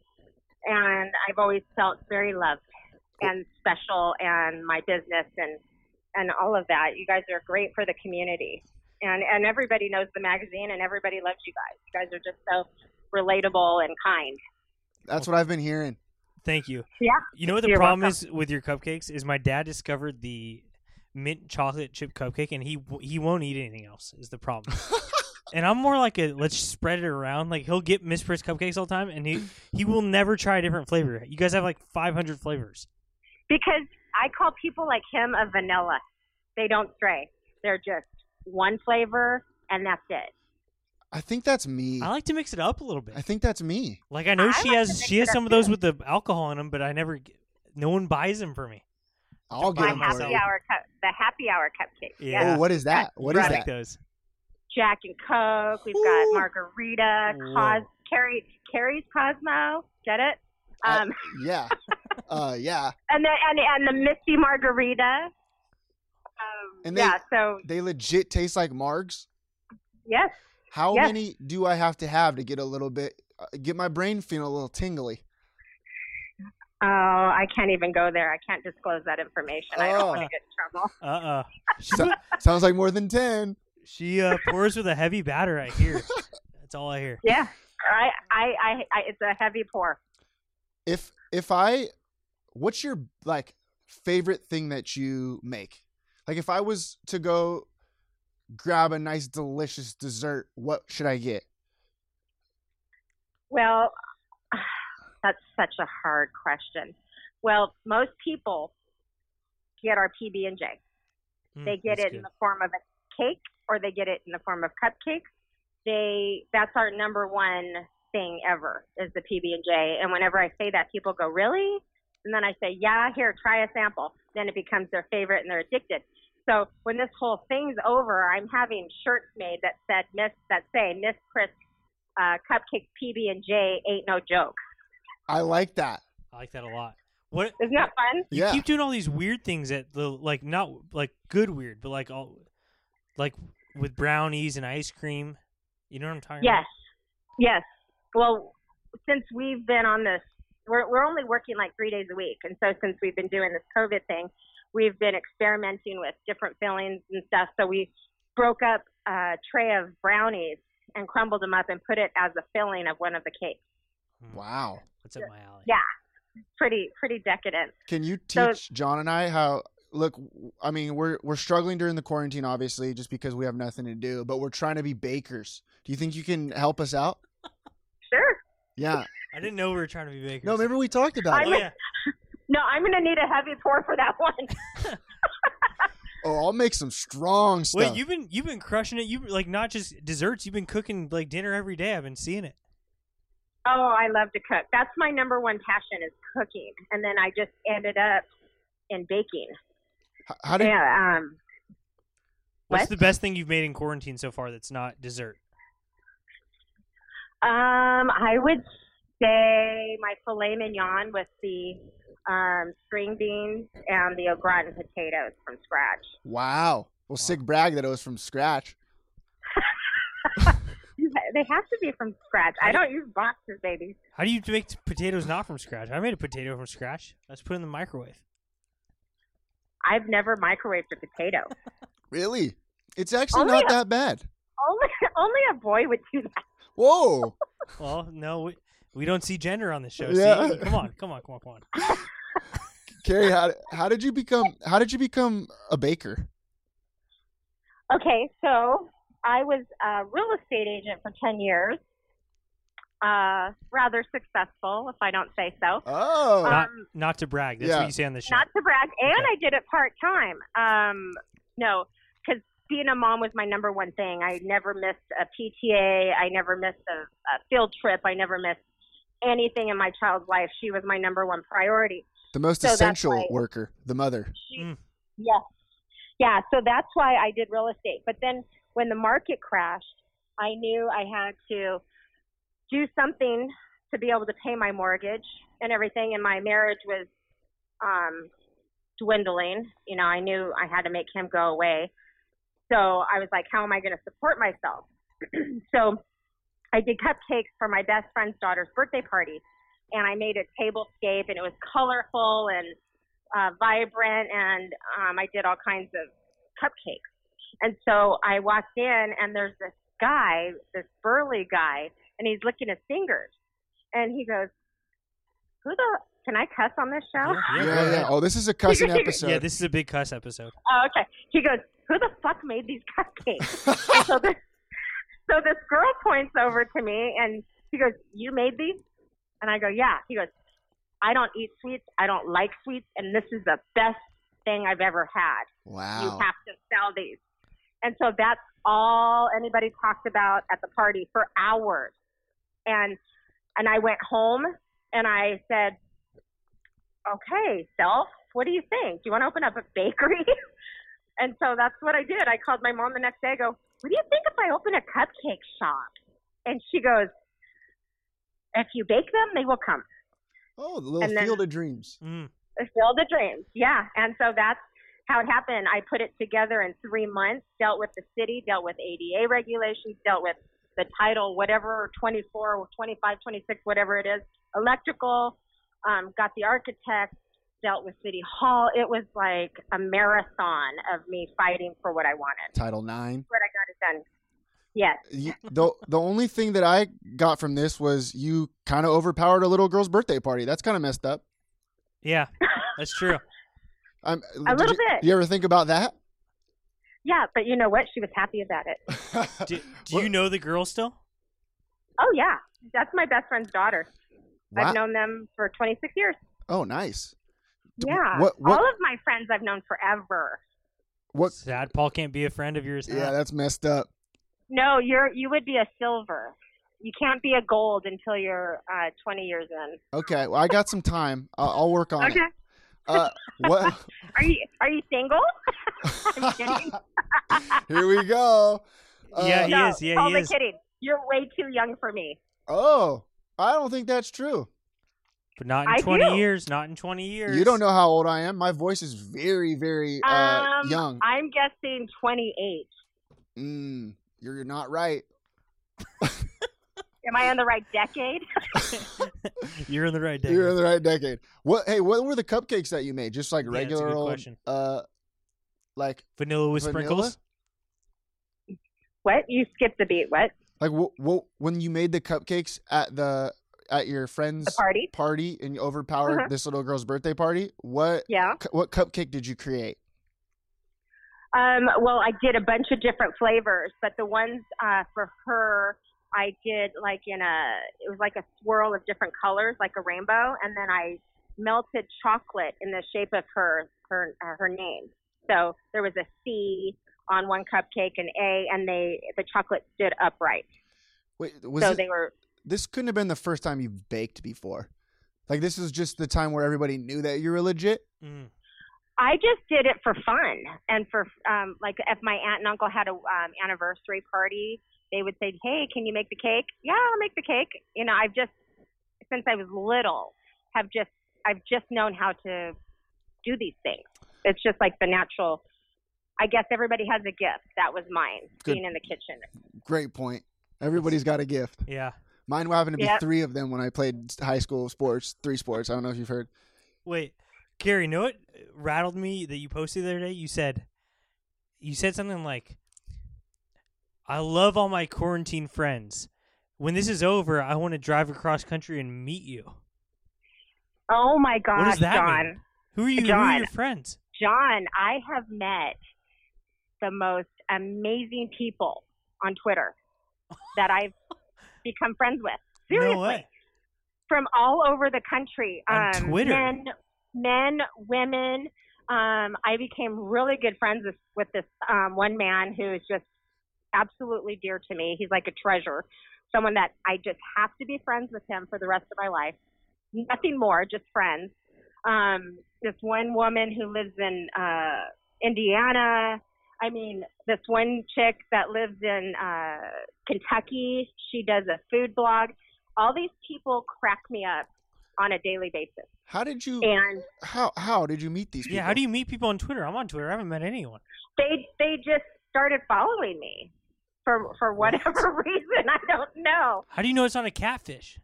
S4: And I've always felt very loved and special and my business and, and all of that. You guys are great for the community. And, and everybody knows the magazine and everybody loves you guys. You guys are just so relatable and kind.
S1: That's what I've been hearing.
S2: Thank you.
S4: Yeah.
S2: You know what the
S4: You're
S2: problem
S4: welcome.
S2: is with your cupcakes is my dad discovered the mint chocolate chip cupcake and he w- he won't eat anything else is
S1: [LAUGHS]
S2: the problem. and I'm more like a let's spread it around. Like he'll get mispris cupcakes all the time and he he will never try a different flavor. You guys have like 500 flavors.
S4: Because I call people like him a vanilla. They don't stray. They're just one flavor and that's it.
S1: I think that's me.
S2: I like to mix it up a little bit.
S1: I think that's me.
S2: Like I know
S4: I
S2: she
S4: like to
S2: has
S4: mix
S2: she
S4: it
S2: has
S4: up
S2: some of
S4: too.
S2: those with the alcohol in them, but I never get- no one buys them for me.
S1: I'll get
S4: My
S1: them
S2: Myself.
S1: for
S4: happy
S1: you.
S4: hour cup, the happy hour cupcake.
S2: Yeah.
S1: Oh, what is that?
S2: [LAUGHS]
S1: What is
S2: I
S1: that?
S2: like those.
S4: Jack and Coke. We've
S1: Ooh.
S4: got margarita. Cos-
S2: Whoa.
S4: Carrie, Carrie's Cosmo. Get it?
S1: I-
S4: Um,
S1: Yeah. Uh, yeah.
S4: and then and and the Misty margarita. Um,
S1: And they-
S4: yeah. So
S1: They legit taste like margs.
S4: yes,
S1: How
S4: Yes.
S1: many do I have to have to get a little bit, uh, get my brain feeling a little tingly?
S4: oh, I can't even go there. I can't disclose that information. I
S1: Oh.
S4: don't want to get in trouble.
S2: Uh uh
S1: So- sounds like more than 10.
S2: She uh, pours with a heavy batter. I hear. That's all I hear.
S4: Yeah. I, I, I, I, it's a heavy pour.
S1: If, if I, what's your like favorite thing that you make? Like if I was to go grab a nice, delicious dessert, what should I get?
S4: Well, [SIGHS] that's such a hard question. Well, most people get our PB and J.
S2: Mm,
S4: They get
S2: that's
S4: it in
S2: good.
S4: the form of a cake or they get it in the form of cupcakes. They that's our number one thing ever is the PB and J. And whenever I say that, people go, "Really?" And then I say, "Yeah, here, try a sample." Then it becomes their favorite and they're addicted. So when this whole thing's over, I'm having shirts made that said Miss that say Miss Chris uh, Cupcakes PB and J ain't no joke.
S1: I like that.
S2: I like that a lot. What?
S4: Isn't that fun?
S2: You
S1: Yeah.
S2: keep doing all these weird things at the like not like good weird, but like all like with brownies and ice cream. You know what I'm talking
S4: Yes. Yes. Well, since we've been on this, we're, we're only working like three days a week. And so since we've been doing this COVID thing, we've been experimenting with different fillings and stuff. So we broke up a tray of brownies and crumbled them up and put it as a filling of one of the cakes.
S2: about?
S1: Wow.
S2: What's up my alley?
S4: Yeah. Pretty, pretty decadent.
S1: Can you
S4: So-
S1: teach John and I how? Look, I mean, we're we're struggling during the quarantine, obviously, just because we have nothing to do. But we're trying to be bakers. Do you think you can help us out?
S4: Sure.
S1: Yeah.
S2: I didn't know we were trying to be bakers.
S1: No, remember we talked about
S2: Oh
S1: it.
S4: I'm-
S2: yeah.
S4: No, I'm going to need a heavy pour for that [LAUGHS] one.
S1: Oh, I'll make some strong stuff.
S2: Wait, you've been you've been crushing it. You like not just desserts. You've been cooking like dinner every day. I've been seeing it.
S4: Oh, I love to cook. That's my number one passion is cooking. And then I just ended up in baking.
S1: H- how did?
S4: yeah. Um,
S2: What's
S4: What?
S2: the best thing you've made in quarantine so far that's not dessert?
S4: Um, I would say my filet mignon with the um, string beans and the au gratin potatoes from scratch. [LAUGHS]
S1: Wow. Well, sick brag that it was from scratch.
S4: You they have to be from scratch. I don't use boxes, baby.
S2: How do you make t- potatoes not from scratch? I made a potato from scratch. Let's put it in the microwave.
S4: I've never microwaved a potato.
S1: Really? It's actually
S4: Only
S1: not
S4: a-
S1: that bad.
S4: only, only a boy would do that.
S1: Whoa.
S2: Well, no, we, we don't see gender on this show.
S1: Yeah.
S2: See? Come on, come on, come on,
S1: [LAUGHS]
S2: come on.
S1: Carrie, how, how did you become how did you become a baker?
S4: Okay, so I was a real estate agent for 10 years. Uh, rather successful, if I don't say so.
S1: Oh.
S2: Not,
S4: Um,
S2: not to brag. That's
S1: yeah.
S2: what you say on this show.
S4: Not to brag, and
S2: Okay.
S4: I did it part time. Um, no, because being a mom was my number one thing. I never missed a PTA. I never missed a, a field trip. I never missed anything in my child's life. She was my number one priority.
S1: the most
S4: so that's
S1: essential
S4: why-
S1: worker, the
S4: [LAUGHS]
S1: mother.
S4: Yes. Yeah, so that's why I did real estate. But then when the market crashed, I knew I had to do something to be able to pay my mortgage and everything and my marriage was um dwindling. You know, I knew I had to make him go away. So I was like, how am I going to support myself? [CLEARS THROAT] so I did cupcakes for my best friend's daughter's birthday party and I made a table scape and it was colorful and uh, vibrant, and um, I did all kinds of cupcakes. And so I walked in, and there's this guy, this burly guy, and he's licking his fingers, and he goes, "Who the? Can I cuss on this show?"
S1: Yeah, yeah. Oh, this is a cussing
S4: [LAUGHS] Yeah,
S1: episode.
S2: Yeah, this is a big cuss episode.
S4: Oh, okay. He goes, Who the fuck made these cupcakes? And so, this, so this girl points over to me and he goes, You made these? And I go, Yeah. He goes, I don't eat sweets. I don't like sweets. And this is the best thing I've ever had. You
S1: wow.
S4: have to sell these. And so that's all anybody talked about at the party for hours. And and I went home and I said, Okay, self, what do you think? Do you want to open up a bakery? [LAUGHS] and so that's what I did. I called my mom the next day, I go, What do you think if I open a cupcake shop? And she goes, If you bake them, they will come.
S1: Oh, the little
S4: and then-
S1: field of dreams.
S2: Mm.
S4: Fill the dreams. Yeah. And so that's how it happened. I put it together in three months, dealt with the city, dealt with ADA regulations, dealt with the title, whatever, 24, 25, 26, whatever it is, electrical, um, got the architect, dealt with City Hall. It was like a marathon of me fighting for what I wanted.
S1: Title Nine.
S4: But I got it done. Yes.
S1: You, the the only thing that I got from this was you kind of overpowered a little girl's birthday party. That's kind of messed up.
S2: Yeah, that's
S4: [LAUGHS]
S2: true.
S1: I'm,
S4: A little
S1: did you,
S4: bit.
S1: You ever think about
S4: [LAUGHS]
S1: that?
S4: Yeah. But you know what? She was happy about it.
S2: Do, do you know the girl still?
S4: Oh, yeah. That's my best friend's daughter.
S1: Wow.
S4: I've known them for 26 years.
S1: Oh, nice. D-
S4: Yeah.
S1: What what
S4: All of my friends I've known forever.
S1: what?
S2: Sad Paul can't be a friend of yours. huh?
S1: Yeah, that's messed up.
S4: No, you're you would be a silver. You can't be a gold until you're uh, 20 years in.
S1: Okay, well, I got some time. I'll, I'll work
S2: Oh.
S1: on
S4: Okay.
S1: it. Uh, what?
S4: Are you are you single? [LAUGHS] I'm kidding.
S1: [LAUGHS] Here we go. Uh,
S2: Yeah, he
S4: No,
S2: is. Yeah, he
S4: totally
S2: is.
S4: kidding. You're way too young for me.
S1: Oh, I don't think that's true.
S2: But not in
S4: I
S2: 20
S4: do.
S2: years. Not in 20 years.
S1: You don't know how old I am. My voice is very, very uh,
S4: um,
S1: young.
S4: I'm guessing 28.
S1: Mm, you're you're not right.
S4: Am I on the right decade?
S2: [LAUGHS]
S4: [LAUGHS]
S2: You're in the right day.
S1: You're in the right decade. What? Hey, what were the cupcakes that you made? Just like
S2: Yeah, that's a
S1: regular
S2: good
S1: old,
S2: question.
S1: uh, like
S2: Vanilla with
S1: Vanilla?
S2: sprinkles.
S4: what? You skipped the beat. What?
S1: like what? when you made the cupcakes at the at your friend's
S4: The party?
S1: party and you overpowered
S4: Uh-huh.
S1: this little girl's birthday party? What?
S4: Yeah.
S1: cu- What cupcake did you create?
S4: Um, well, I did a bunch of different flavors, but the ones uh, for her, I did like in a, it was like a swirl of different colors, like a rainbow, and then I melted chocolate in the shape of her her uh, her name. So there was a C on one cupcake, an A, and they the chocolate stood upright.
S1: Wait, was
S4: so
S1: it,
S4: they were
S1: this couldn't have been the first time you've baked before. Like this is just the time where everybody knew that you were legit.
S2: Mm.
S4: I just did it for fun and for um, like if my aunt and uncle had a um, anniversary party, they would say, "Hey, can you make the cake?" Yeah, I'll make the cake. You know, I've just since I was little have just I've just known how to do these things. It's just like the natural. I guess everybody has a gift. That was mine,
S1: Good.
S4: being in the kitchen.
S1: Great point. Everybody's got a gift.
S2: Yeah.
S1: Mine were having to be
S4: Yep.
S1: three of them when I played high school sports, three sports. I don't know if you've heard.
S2: Wait, Gary, you know what rattled me that you posted the other day? You said, you said something like, "I love all my quarantine friends. When this is over, I want to drive across country and meet you."
S4: Oh my gosh,
S2: what does that
S4: John.
S2: mean? Who are you? Who are
S4: John.
S2: your friends?
S4: John, I have met the most amazing people on Twitter that I've become friends with. Seriously.
S2: No way.
S4: From all over the country.
S2: On
S4: um,
S2: Twitter?
S4: Men, men women. Um, I became really good friends with, with this um, one man who is just absolutely dear to me. He's like a treasure, someone that I just have to be friends with him for the rest of my life. Nothing more, just friends. Um, this one woman who lives in uh, Indiana. I mean, this one chick that lives in uh, Kentucky. She does a food blog. All these people crack me up on a daily basis.
S1: How did you?
S4: And
S1: How how did you meet these people?
S2: Yeah. How do you meet people on Twitter? I'm on Twitter. I haven't met anyone.
S4: they they just started following me for for whatever [LAUGHS] reason I don't know.
S2: How do you know it's not a catfish?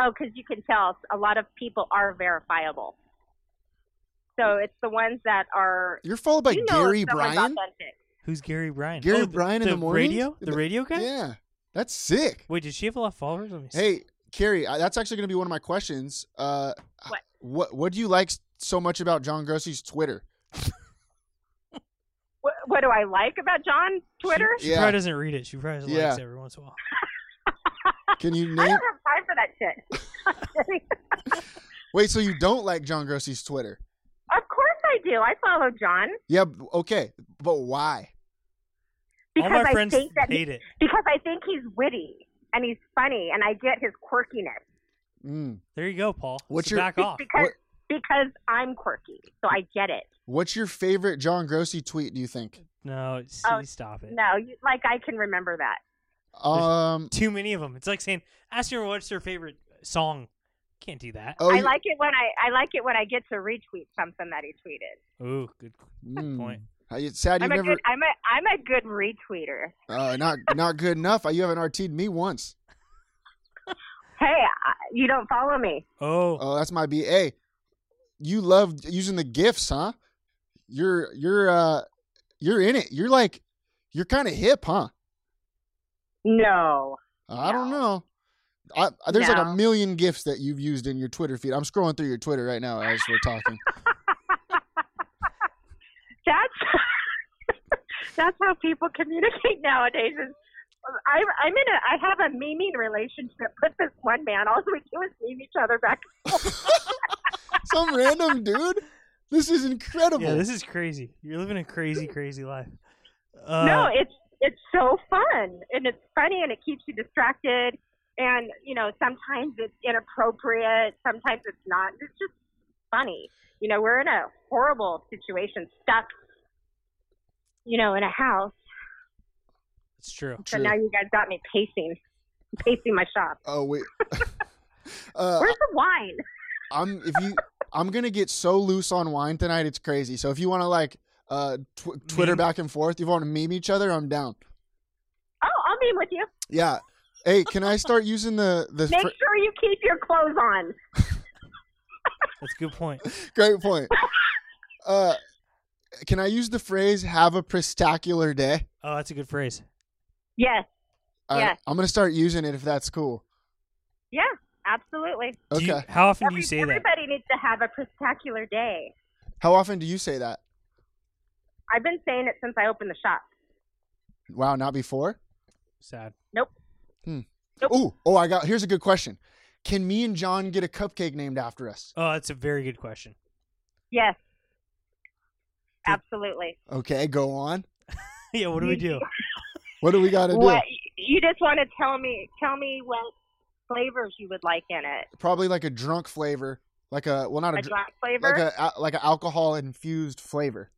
S4: Oh, because you can tell a lot of people are verifiable. So it's the ones that are
S1: You're followed by
S4: you know
S1: Gary
S4: if someone's
S1: Bryan.
S4: authentic.
S2: Who's Gary Bryan?
S1: Gary
S2: Oh,
S1: Bryan in the morning?
S2: radio, the
S1: The-
S2: radio guy.
S1: Yeah, that's sick.
S2: Wait, did she have a lot of followers? Let me see.
S1: Hey, Carrie, I- that's actually going to be one of my questions. Uh,
S4: What?
S1: what what do you like s- so much about John Grossi's Twitter?
S4: What, what do I like about John Twitter?
S2: She
S1: Yeah.
S2: probably doesn't read it. She probably just likes
S1: Yeah.
S2: it every once in a while.
S1: Can you
S4: [LAUGHS] I
S1: name?
S4: don't have time for that shit.
S1: [LAUGHS]
S4: [LAUGHS]
S1: Wait, so you don't like John Grossi's Twitter?
S4: of course I do. I follow John
S1: Yeah, b- okay, but why?
S4: because
S2: All my
S4: I
S2: friends
S4: think that he-
S2: hate it.
S4: because I think he's witty and he's funny and I get his quirkiness.
S1: Mm.
S2: There you go, Paul.
S1: What's
S2: So
S1: your- [LAUGHS]
S2: back
S4: Be-
S2: off?
S4: Because
S1: What-
S4: because I'm quirky, so I get it.
S1: What's your favorite John Grossi tweet? Do you think?
S2: No, see,
S4: Oh,
S2: stop it.
S4: No, you, like I can remember that.
S1: Um.
S2: Too many of them. It's like saying, ask her what's her favorite song. Can't do that.
S1: Oh,
S4: I
S1: you-
S4: like it when I I like it when I get to retweet something that he tweeted.
S1: Oh.
S2: Ooh, good
S1: mm.
S2: point.
S1: Uh, It's sad you
S4: I'm a
S1: never.
S4: good I'm a I'm a good retweeter.
S1: Uh, not not good enough. Uh, You haven't RT'd me once.
S4: Hey, I, you don't follow me.
S2: Oh,
S1: Oh, that's my BA. You love using the gifts, huh? You're you're uh you're in it. You're like you're kind of hip, huh? Uh,
S4: No.
S1: I don't know. I, I- there's like a
S4: No.
S1: million gifts that you've used in your Twitter feed. I'm scrolling through your Twitter right now as we're talking.
S4: That's that's [LAUGHS] how people communicate nowadays. Is I'm I'm in a I have a memeing relationship with this one man. All we do is meme each other back.
S1: Some random dude. This is incredible.
S2: yeah, this is crazy. You're living a crazy, crazy life. Uh,
S4: no, it's it's so fun and it's funny and it keeps you distracted. And you know, sometimes it's inappropriate, sometimes it's not. It's just funny. You know, we're in a horrible situation, stuck. You know, in a house.
S2: it's true.
S4: So now you guys got me pacing, pacing my shop.
S1: oh
S4: [LAUGHS]
S1: wait. [LAUGHS] uh,
S4: Where's the wine?
S1: I'm if you I'm gonna get so loose on wine tonight, it's crazy. So if you want to like uh tw- Twitter
S2: Meme.
S1: back and forth, you want to meme each other, I'm down.
S4: Oh, I'll be with you.
S1: Yeah. Hey, can I start using the the
S4: Make
S1: fr-
S4: sure you keep your clothes on.
S2: That's a good point.
S1: great point? Uh, can I use the phrase "have a pristacular day"?
S2: Oh, that's a good phrase.
S4: Yes.
S1: All
S4: Yes.
S1: I'm gonna start using it if that's cool.
S4: Yeah. Absolutely.
S2: Do
S1: Okay.
S2: you- how often do
S4: Every-
S2: you say that?
S4: everybody needs to have a spectacular day.
S1: How often do you say that?
S4: I've been saying it since I opened the shop.
S1: Wow, not before.
S2: Sad.
S1: Ooh, oh, I got. Here's a good question. Can me and John get a cupcake named after us?
S2: Oh, that's a very good question. [LAUGHS]
S4: Yes. Absolutely.
S1: Okay, go on.
S2: yeah, what do we do?
S1: What do we got to do?
S4: What you just want to tell me tell me what flavors you would like in it.
S1: Probably like a drunk flavor, like a well, not a,
S4: A
S1: dr-
S4: drop flavor?
S1: like a like an alcohol infused flavor.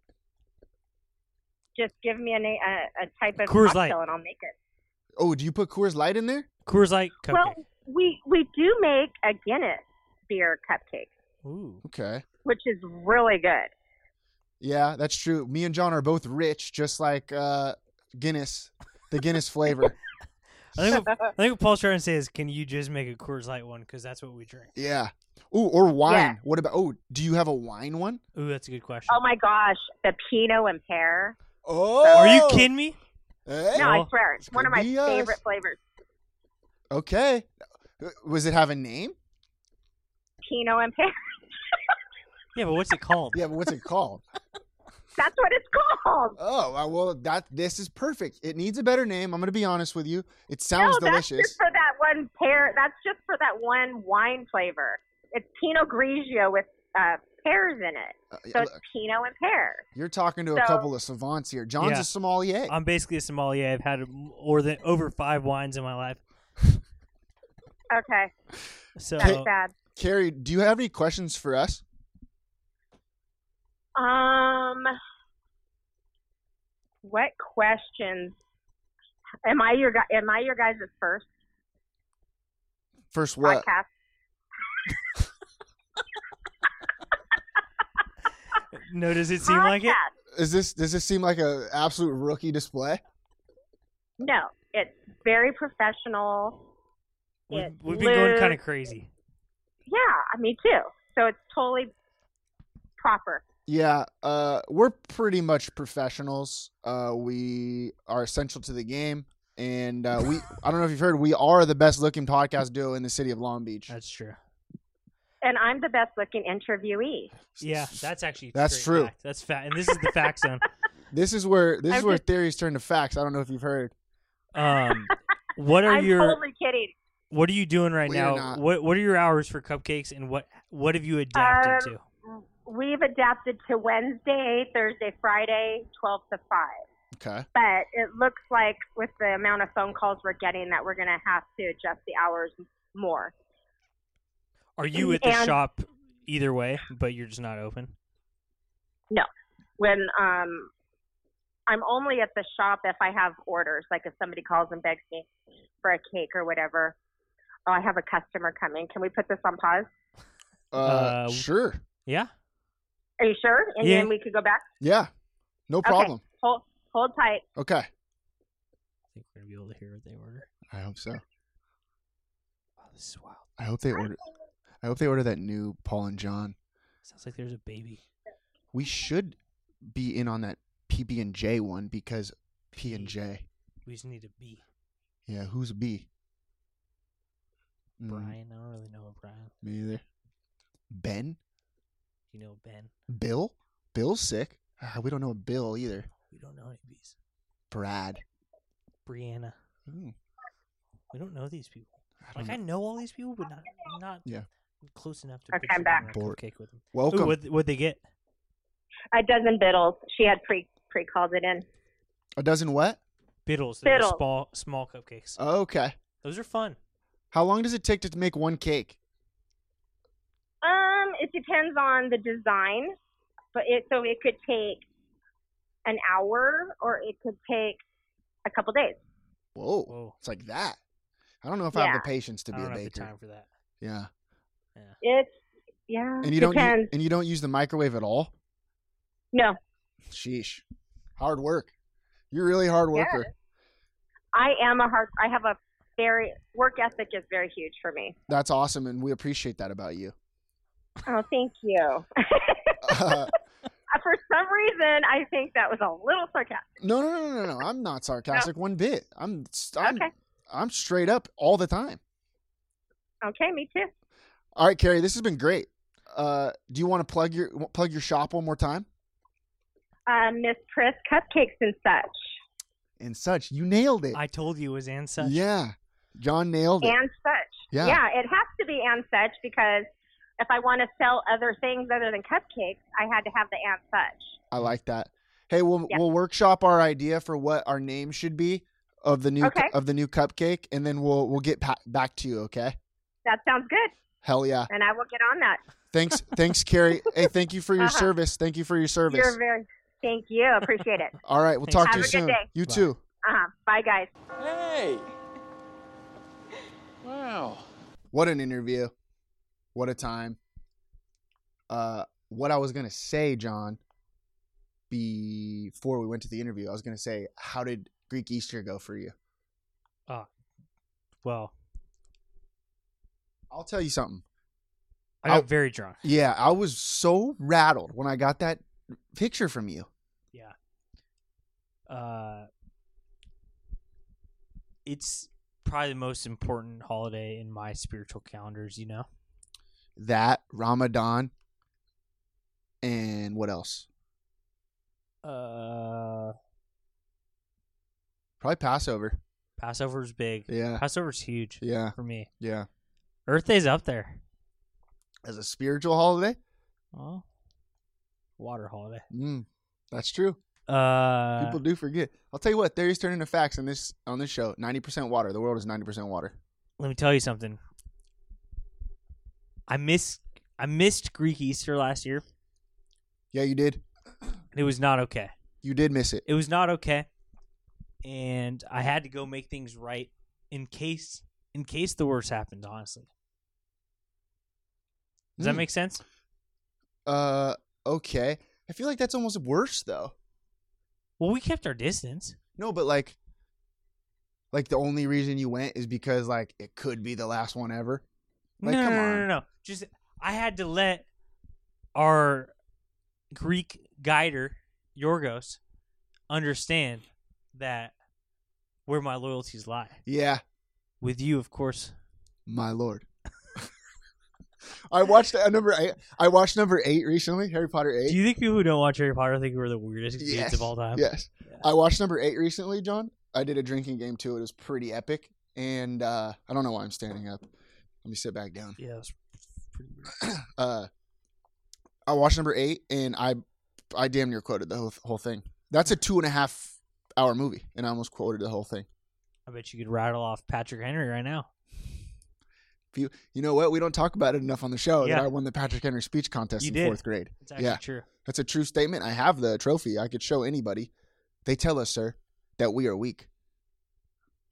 S4: just give me a, na- a a type of
S2: Coors
S4: cocktail
S2: Light.
S4: and I'll make it.
S1: Oh, do you put Coors Light in there?
S2: Coors Light cupcake.
S4: Well, we we do make a Guinness beer cupcake,
S2: Ooh,
S1: Okay.
S4: which is really good.
S1: Yeah, that's true. Me and John are both rich, just like uh, Guinness, the Guinness flavor.
S2: I think what, I think what Paul's trying to say is, can you just make a Coors Light one? Because that's what we drink.
S1: Yeah. Ooh, or wine. What about? Oh, do you have a wine one?
S2: Ooh, that's a good question.
S4: Oh my gosh, the Pinot and Pear.
S1: Oh,
S2: Are you kidding me?
S1: Hey.
S4: No, I
S2: Well,
S4: swear, it's
S1: it's
S4: one of
S1: gonna
S4: my
S1: be us.
S4: favorite flavors.
S1: Okay. Uh, Was it have a name?
S4: Pinot and Pear.
S2: Yeah, but what's it called?
S1: Yeah, but what's it called?
S4: [LAUGHS] That's what it's called.
S1: Oh, uh, well, that this is perfect. It needs a better name. I'm gonna be honest with you. It sounds
S4: no, that's
S1: delicious.
S4: just for that one pear. That's just for that one wine flavor. It's Pinot Grigio with uh, pears in it,
S1: Uh, yeah,
S4: so it's
S1: look,
S4: Pinot and Pear.
S1: you're talking to a
S4: so-
S1: couple of savants here. John's
S2: Yeah. Uh,
S1: a sommelier.
S2: I'm basically a sommelier. I've had more than over five wines in my life.
S1: Uh,
S4: Okay,
S2: So
S4: that's sad.
S1: Carrie, do you have any questions for us?
S4: Um, what questions? Am I your guy? Am I your guys' first
S1: First, what?
S4: podcast?
S2: no, does it seem like it?
S4: Podcast.
S1: Is this does this seem like a absolute rookie display?
S4: No, it's very professional.
S2: We've,
S4: It's
S2: we've been going
S4: loose.
S2: kind of crazy.
S4: Yeah, uh, me too. So it's totally proper.
S1: Yeah, uh, we're pretty much professionals. Uh, we are essential to the game, and uh,
S2: [LAUGHS]
S1: we—I don't know if you've heard—we are the best-looking podcast duo in the city of Long Beach.
S2: That's true.
S4: And I'm the best looking interviewee.
S2: Yeah, that's actually
S1: That's
S2: straight
S1: true.
S2: fact. That's fact, and this is the fact zone.
S1: This is where this
S4: I'm
S1: is where
S4: just-
S1: theories turn to facts. I don't know if you've heard.
S4: [LAUGHS]
S2: Um, what are
S4: I'm
S2: your
S4: totally kidding.
S2: What are you doing right
S1: We are
S2: now?
S1: not.
S2: What What are your hours for cupcakes, and what What have you
S4: Um,
S2: adapted to?
S4: We've adapted to Wednesday, Thursday, Friday, 12 to 5.
S1: Okay.
S4: But it looks like with the amount of phone calls we're getting that we're going to have to adjust the hours more.
S2: Are you at the
S4: and-
S2: shop either way, but you're just not open?
S4: When um I'm only at the shop if I have orders, like if somebody calls and begs me for a cake or whatever. Oh, I have a customer coming. Can we put this on pause?
S1: Uh,
S2: Uh,
S1: sure.
S2: Yeah.
S4: Are you sure? And
S2: Yeah.
S4: then we could go back.
S1: Yeah. No problem.
S4: Hold hold tight.
S1: Okay.
S2: I think we're gonna be able to hear what they order.
S1: I hope so.
S2: Wow, Oh, this is wild.
S1: I hope they order. I hope they order that new Paul and John.
S2: Sounds like there's a baby.
S1: We should be in on that PB and J one because P and J.
S2: We just need a B.
S1: Yeah. Who's B? Mm,
S2: Brian. I don't really know a Brian.
S1: Me either. Ben.
S2: You know Ben.
S1: Bill. Bill's sick. Ah, we don't know a Bill either.
S2: We don't know any of these.
S1: Brad.
S2: Brianna.
S1: Ooh,
S2: We don't know these people.
S1: I don't
S2: Like
S1: know.
S2: I know all these people, but not not
S1: Yeah.
S2: close enough to
S4: Okay,
S2: picture
S4: I'm back.
S2: them on a
S1: Bored.
S2: cupcake with them.
S1: Welcome.
S2: Ooh, what what they get?
S4: A dozen biddles. She had pre pre called it in.
S1: a dozen what?
S2: Biddles. They're
S4: Biddles.
S2: small small
S1: Uh,
S2: cupcakes.
S1: Okay.
S2: Those are fun.
S1: How long does it take to make one cake?
S4: Um, it depends on the design, but it so it could take an hour or it could take a couple days.
S1: Whoa.
S2: Whoa.
S1: It's like that. I don't know if I have the patience to
S2: I
S1: be
S2: don't
S1: a
S2: have the
S1: baker.
S2: time for that.
S1: Yeah.
S4: It's yeah.
S1: And you don't u-
S4: depends.
S1: and you don't use the microwave at all?
S4: no,
S1: Sheesh. Hard work. You're really hard
S4: Yeah.
S1: worker.
S4: I am a hard. I have a very work ethic is very huge for me.
S1: That's awesome and we appreciate that about you. [LAUGHS]
S4: Oh, thank you.
S1: Uh,
S4: [LAUGHS] for some reason, I think that was a little sarcastic.
S1: no, no, no, no, no. I'm not sarcastic one bit. I'm st- I'm,
S4: Okay,
S1: I'm straight up all the time.
S4: okay, me too.
S1: All right, Carrie, this has been great. Uh, do you want to plug your plug your shop one more time?
S4: Um, Miss Pris cupcakes and such.
S1: And such. You nailed it.
S2: I told you it was and such.
S1: Yeah. John nailed it.
S4: and such.
S1: Yeah.
S4: it has to be and such because if I want to sell other things other than cupcakes, I had to have the and such.
S1: I like that. Hey, we'll
S4: Mm-hmm. Yeah.
S1: we'll workshop our idea for what our name should be of the new cu-
S4: Okay.
S1: of the new cupcake, and then we'll we'll get pa- back to you. Okay.
S4: That sounds good,
S1: Hell yeah!
S4: and I will get on that.
S1: Thanks, thanks, Carrie. Hey, thank you for your
S4: Uh-huh.
S1: service. Thank you for your service.
S4: You're very. Thank you.
S1: [LAUGHS]
S4: Appreciate it.
S1: All right, we'll
S2: Thanks,
S1: talk to you
S4: Have a
S1: soon.
S4: good day.
S1: You
S2: Bye.
S1: too.
S4: Uh-huh. Bye, guys.
S5: Hey. Wow.
S1: What an interview. What a time. Uh, what I was gonna say, John, before we went to the interview, I was gonna say, how did Greek Easter go for you?
S2: well.
S1: I'll tell you something.
S2: I got
S1: I'll-
S2: very drunk.
S1: Yeah, I was so rattled when I got that picture from you.
S2: Yeah. Uh, it's probably the most important holiday in my spiritual calendars. You know,
S1: That Ramadan, and what else?
S2: uh,
S1: Probably Passover.
S2: Passover's big.
S1: Yeah,
S2: Passover's huge
S1: yeah,
S2: for me.
S1: yeah.
S2: Earth Day's up there.
S1: As a spiritual holiday,
S2: Oh, water holiday.
S1: mm, that's true.
S2: Uh,
S1: People do forget. I'll tell you what. Theories turn into facts on this on this show. Ninety percent water. The world is ninety percent water.
S2: let me tell you something. I miss I missed Greek Easter last year.
S1: Yeah, you did.
S2: It was not okay.
S1: You did miss it.
S2: It was not okay. And I had to go make things right in case in case the worst happened, honestly. Does that
S1: Hmm.
S2: make sense?
S1: Uh, okay. I feel like that's almost worse though.
S2: Well, we kept our distance.
S1: No, but like, like the only reason you went is because like it could be the last one ever. Like,
S2: no,
S1: come
S2: no, no,
S1: on.
S2: no, no. Just I had to let our Greek guider, Yorgos, understand that where my loyalties lie.
S1: Yeah,
S2: With you, of course.
S1: my lord. [LAUGHS] I watched uh, number eight. I watched number eight recently, Harry Potter eight.
S2: Do you think people who don't watch Harry Potter think we're the weirdest kids
S1: Yes.
S2: of all time?
S1: Yes.
S2: Yeah.
S1: I watched number eight recently, John. I did a drinking game too. It was pretty epic. And uh, I don't know why I'm standing up. Let me sit back down. [CLEARS THROAT]
S2: Yeah, that's pretty weird.
S1: Uh, I watched number eight, and I, I damn near quoted the whole, whole thing. That's a two and a half hour movie, and I almost quoted the whole thing.
S2: I bet you could rattle off Patrick Henry right now.
S1: You, you know what? We don't talk about it enough on the show.
S2: Yeah.
S1: That I won the Patrick Henry speech contest
S2: You
S1: in
S2: did.
S1: fourth grade.
S2: It's actually
S1: Yeah.
S2: true.
S1: That's a true statement. I have the trophy. I could show anybody. They tell us, sir, that we are weak.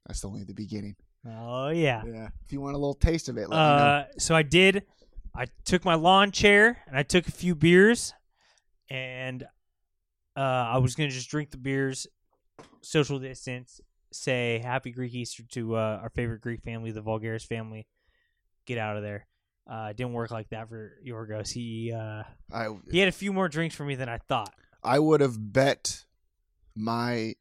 S1: That's only the beginning.
S2: Oh yeah.
S1: Yeah. If you want a little taste of it, let me know.
S2: Uh, so I did. I took my lawn chair and I took a few beers, and uh, I was gonna just drink the beers, social distance, say Happy Greek Easter to uh, our favorite Greek family, the Vulgaris family. Get out of there. Uh, it didn't work like that for Yorgos. He uh,
S1: I
S2: he had a few more drinks for me than I thought.
S1: I would have bet my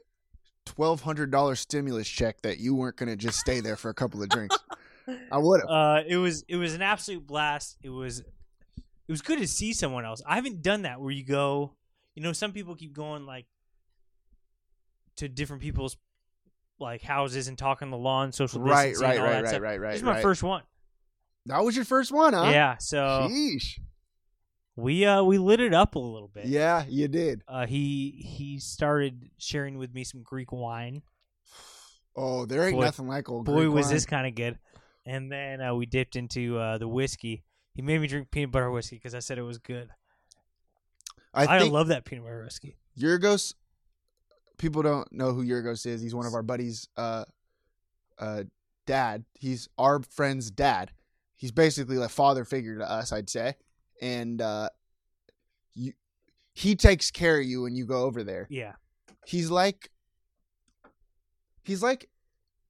S1: twelve hundred dollar stimulus check that you weren't gonna just stay there for a couple of
S2: [LAUGHS]
S1: drinks. I would have.
S2: uh, it was it was an absolute blast. It was it was good to see someone else. I haven't done that where you go, you know, some people keep going like to different people's like houses and talking the lawn, social
S1: Right,
S2: distancing,
S1: right,
S2: and all
S1: right,
S2: that
S1: right,
S2: stuff.
S1: right, right,
S2: This is my
S1: right.
S2: first one.
S1: That was your first one, huh?
S2: Yeah, so
S1: Sheesh.
S2: we uh we lit it up a little bit.
S1: Yeah, you did.
S2: Uh, he he started sharing with me some Greek wine.
S1: Oh, there ain't
S2: Boy-
S1: nothing like old
S2: Boy,
S1: Greek
S2: was
S1: wine.
S2: this kind of good! And then uh, we dipped into uh, the whiskey. He made me drink peanut butter whiskey because I said it was good. I,
S1: I think
S2: love that peanut butter whiskey.
S1: Yorgos. People don't know who Yorgos is. He's one of our buddies. Uh, uh, dad. He's our friend's dad. He's basically a father figure to us, I'd say. And uh, you, he takes care of you when you go over there.
S2: Yeah.
S1: He's like, he's like,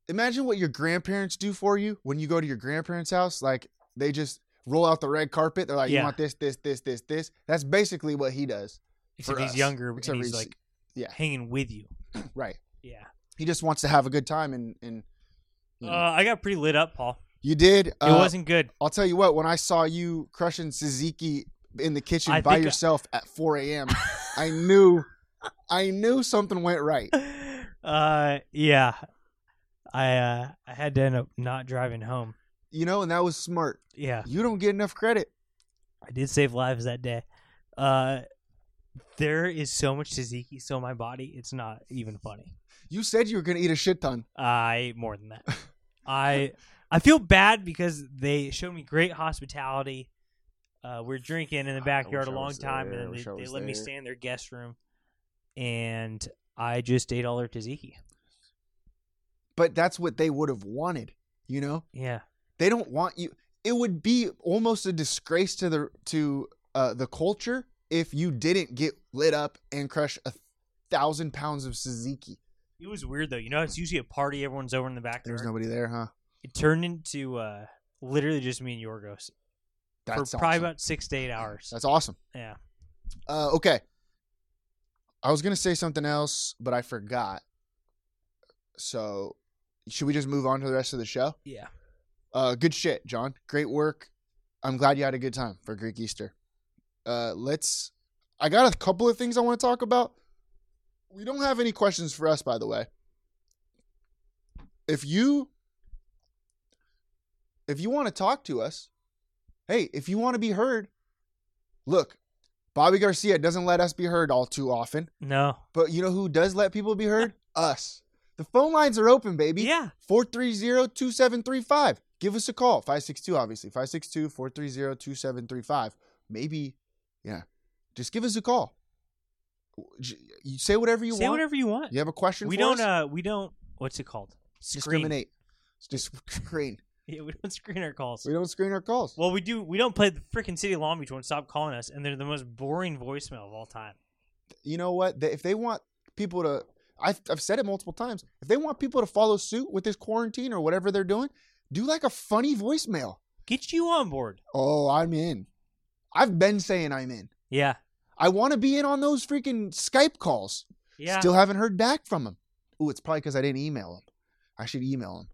S1: imagine what your grandparents do for you when you go to your grandparents' house. Like they just roll out the red carpet. They're like,
S2: Yeah.
S1: you want this, this, this, this, this. That's basically what he does.
S2: Except
S1: for
S2: he's
S1: us.
S2: younger
S1: Except
S2: and he's
S1: he's-
S2: like
S1: yeah.
S2: hanging with you.
S1: Right.
S2: Yeah.
S1: He just wants to have a good time and and you, know.
S2: Uh, I got pretty lit up, Paul.
S1: you did.
S2: It
S1: Mm. Uh, [LAUGHS]
S2: wasn't good.
S1: I'll tell you what. When I saw you crushing Suzuki in the kitchen
S2: I
S1: by
S2: think-
S1: yourself at 4
S2: [LAUGHS]
S1: a.m., I knew, I knew something went right.
S2: Uh, yeah. I uh, I had to end up not driving home.
S1: You know, and that was smart.
S2: Yeah.
S1: You don't get enough credit.
S2: I did save lives that day. Uh, there is so much tzatziki still in my body. It's not even funny.
S1: You said you were gonna eat a shit ton.
S2: I ate more
S1: [LAUGHS]
S2: than that. I I feel bad because they showed me great hospitality. Uh, we are drinking in the backyard a
S1: wish I
S2: long
S1: was
S2: time,
S1: there. I
S2: and
S1: wish I
S2: then they, they
S1: was
S2: let me
S1: there.
S2: stay in their guest room, and I just ate all their tzatziki.
S1: But that's what they would have wanted. You know,
S2: Yeah,
S1: they don't want you. It would be almost a disgrace to the to uh, the culture if you didn't get lit up and crush a thousand pounds of Suzuki.
S2: it was weird though. You know, it's usually a party; everyone's over in the
S1: There
S2: backyard.
S1: was nobody there, huh?
S2: It turned into uh, literally just me and Yorgos
S1: That's
S2: for
S1: awesome.
S2: probably about six to eight hours.
S1: That's awesome.
S2: yeah.
S1: Uh, okay. I was gonna say something else, but I forgot. So, should we just move on to the rest of the show?
S2: Yeah.
S1: Uh, good shit, John. Great work. I'm glad you had a good time for Greek Easter. Uh, let's. I got a couple of things I want to talk about. We don't have any questions for us, by the way. If you, if you want to talk to us, hey, if you want to be heard, look, Bobby Garcia doesn't let us be heard all too often.
S2: No.
S1: But you know who does let people be heard? Us. The phone lines are open, baby.
S2: Yeah.
S1: 430-2735. Give us a call. 562, obviously. 562-430-2735. Maybe, yeah. Just give us a call. J- You say whatever you
S2: Say
S1: want.
S2: whatever you want.
S1: You have a question
S2: we
S1: for
S2: don't
S1: us?
S2: uh we don't what's it called? [LAUGHS] Screen.
S1: discriminate. Just [LAUGHS] screen.
S2: Yeah, we don't screen our calls.
S1: We don't screen our calls.
S2: well, we do. We don't play the freaking city of Long Beach one. Stop calling us, and they're the most boring voicemail of all time.
S1: you know what? They, if they want people to, I've, I've said it multiple times. If they want people to follow suit with this quarantine or whatever they're doing, do like a funny voicemail.
S2: Get you on board.
S1: Oh, I'm in. I've been saying I'm in.
S2: Yeah,
S1: I want to be in on those freaking Skype calls.
S2: yeah.
S1: Still haven't heard back from him. Ooh, it's probably because I didn't email him. I should email him.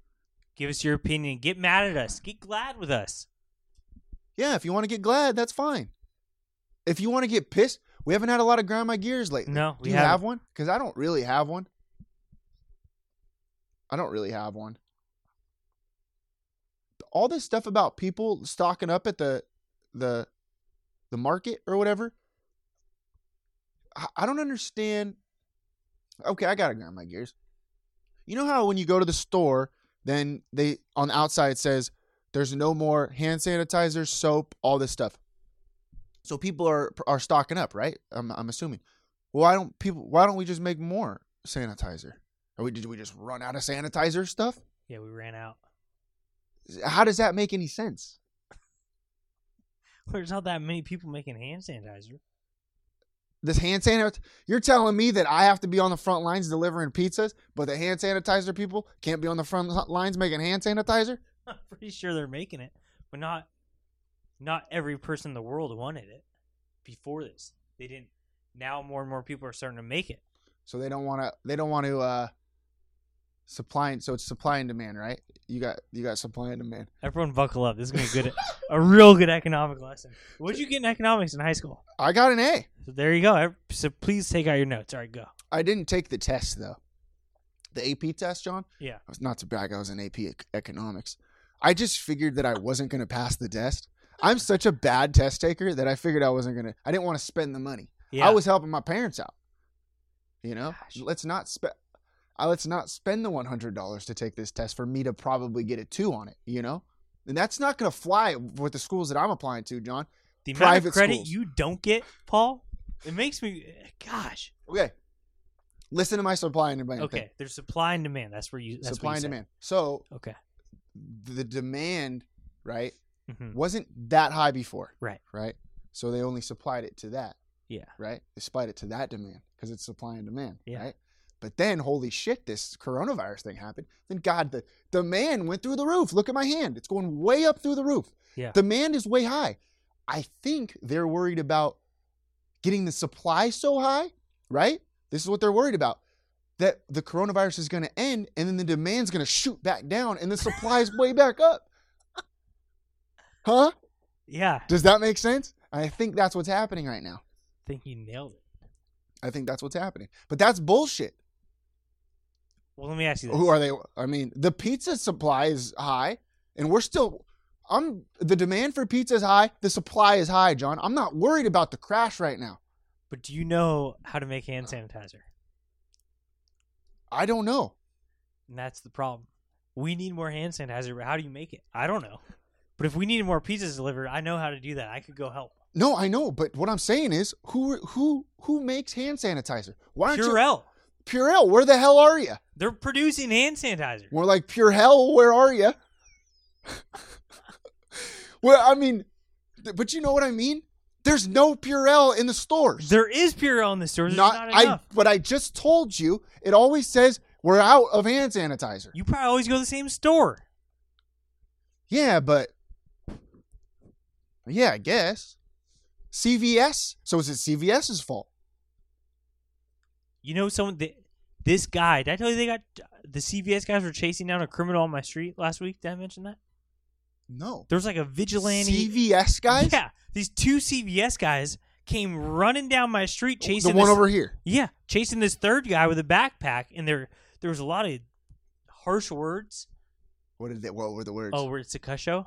S2: Give us your opinion. Get mad at us. Get glad with us.
S1: Yeah, if you want to get glad, that's fine. If you want to get pissed, we haven't had a lot of grind my gears lately.
S2: No,
S1: Do
S2: we
S1: you have
S2: haven't.
S1: one? Because I don't really have one. I don't really have one. All this stuff about people stocking up at the the the market or whatever. I, I don't understand. Okay, I gotta grind my gears. You know how when you go to the store, then they on the outside it says there's no more hand sanitizer, soap, all this stuff. So people are are stocking up, right? I'm I'm assuming why don't people why don't we just make more sanitizer Are we, did we just run out of sanitizer stuff
S2: Yeah, we ran out. [LAUGHS]
S1: how does that make any sense
S2: There's not that many people making hand sanitizer. [LAUGHS]
S1: this hand sanitizer you're telling me that i have to be on the front lines delivering pizzas but the hand sanitizer people can't be on the front lines making hand sanitizer
S2: I'm pretty sure they're making it, but not not every person in the world wanted it before this. They didn't. Now more and more people are starting to make it.
S1: so they don't want to they don't want to uh supply and so it's supply and demand right you got you got supply and demand
S2: Everyone buckle up. This is gonna be
S1: [LAUGHS]
S2: good, a real good economic lesson. What'd you get in economics in high school?
S1: i got an a
S2: So there you go. Ev- So please take out your notes. All right, go.
S1: i didn't take the test though the ap test john
S2: Yeah.
S1: I was not to brag, I was in AP ec- economics. I just figured that I wasn't going to pass the test. I'm such a bad test taker that I figured I wasn't going to, I didn't want to spend the money.
S2: Yeah.
S1: I was helping my parents out. You know, let's not spend. I let's not spend the one hundred dollars to take this test for me to probably get a two on it. You know, and that's not going to fly with the schools that I'm applying to, John.
S2: the amount
S1: private
S2: of credit
S1: schools.
S2: you don't get, Paul. It makes me. Gosh.
S1: Okay, listen to my supply and demand. thing.
S2: Okay. There's supply and demand. That's where you. That's
S1: supply
S2: what
S1: and
S2: you
S1: demand. So
S2: said. Okay.
S1: the demand, right,
S2: Mhm.
S1: wasn't that high before.
S2: Right.
S1: right? So they only supplied it to that,
S2: Yeah.
S1: right? They supplied it to that demand because it's supply and demand,
S2: Yeah.
S1: right? But then, holy shit, this coronavirus thing happened. Then, God, the demand went through the roof. Look at my hand; it's going way up through the roof.
S2: Yeah.
S1: demand is way high. I think they're worried about getting the supply so high, right? This is what they're worried about. That the coronavirus is going to end, and then the demand's going to shoot back down, and the supply's way back up. Huh?
S2: Yeah. I
S1: Does that make sense? I think that's what's happening right now.
S2: think you nailed it.
S1: I think that's what's happening. But that's bullshit.
S2: Well, let me ask you this.
S1: Who are they? I mean, the pizza supply is high, and we're still. I'm the demand for pizza is high. The supply is high, John. I'm not worried about the crash right now.
S2: But do you know how to make hand sanitizer?
S1: I don't know.
S2: And that's the problem. We need more hand sanitizer, but how do you make it? I don't know. But if we needed more pizzas delivered, I know how to do that. I could go help.
S1: No, I know, but what I'm saying is, who who who makes hand sanitizer? Why aren't you
S2: Purell.
S1: Purell? Where the hell are you?
S2: They're producing hand sanitizer.
S1: We're like pure hell. Where are you? [LAUGHS] well, I mean, th- but you know what I mean. There's no Purell in the stores.
S2: There is Purell in the stores. Not, not
S1: I.
S2: enough.
S1: But I just told you. It always says we're out of hand sanitizer.
S2: You probably always go to the same store.
S1: Yeah, but yeah, I guess CVS. So is it CVS's fault?
S2: You know, someone th- this guy. Did I tell you they got the CVS guys were chasing down a criminal on my street last week? Did I mention that?
S1: No,
S2: There was like a vigilante.
S1: CVS guys.
S2: Yeah, these two CVS guys came running down my street chasing
S1: the one
S2: this-
S1: over here.
S2: Yeah, chasing this third guy with a backpack, and there there was a lot of harsh words.
S1: What did they, What were the words?
S2: Oh, we're at Sakasho.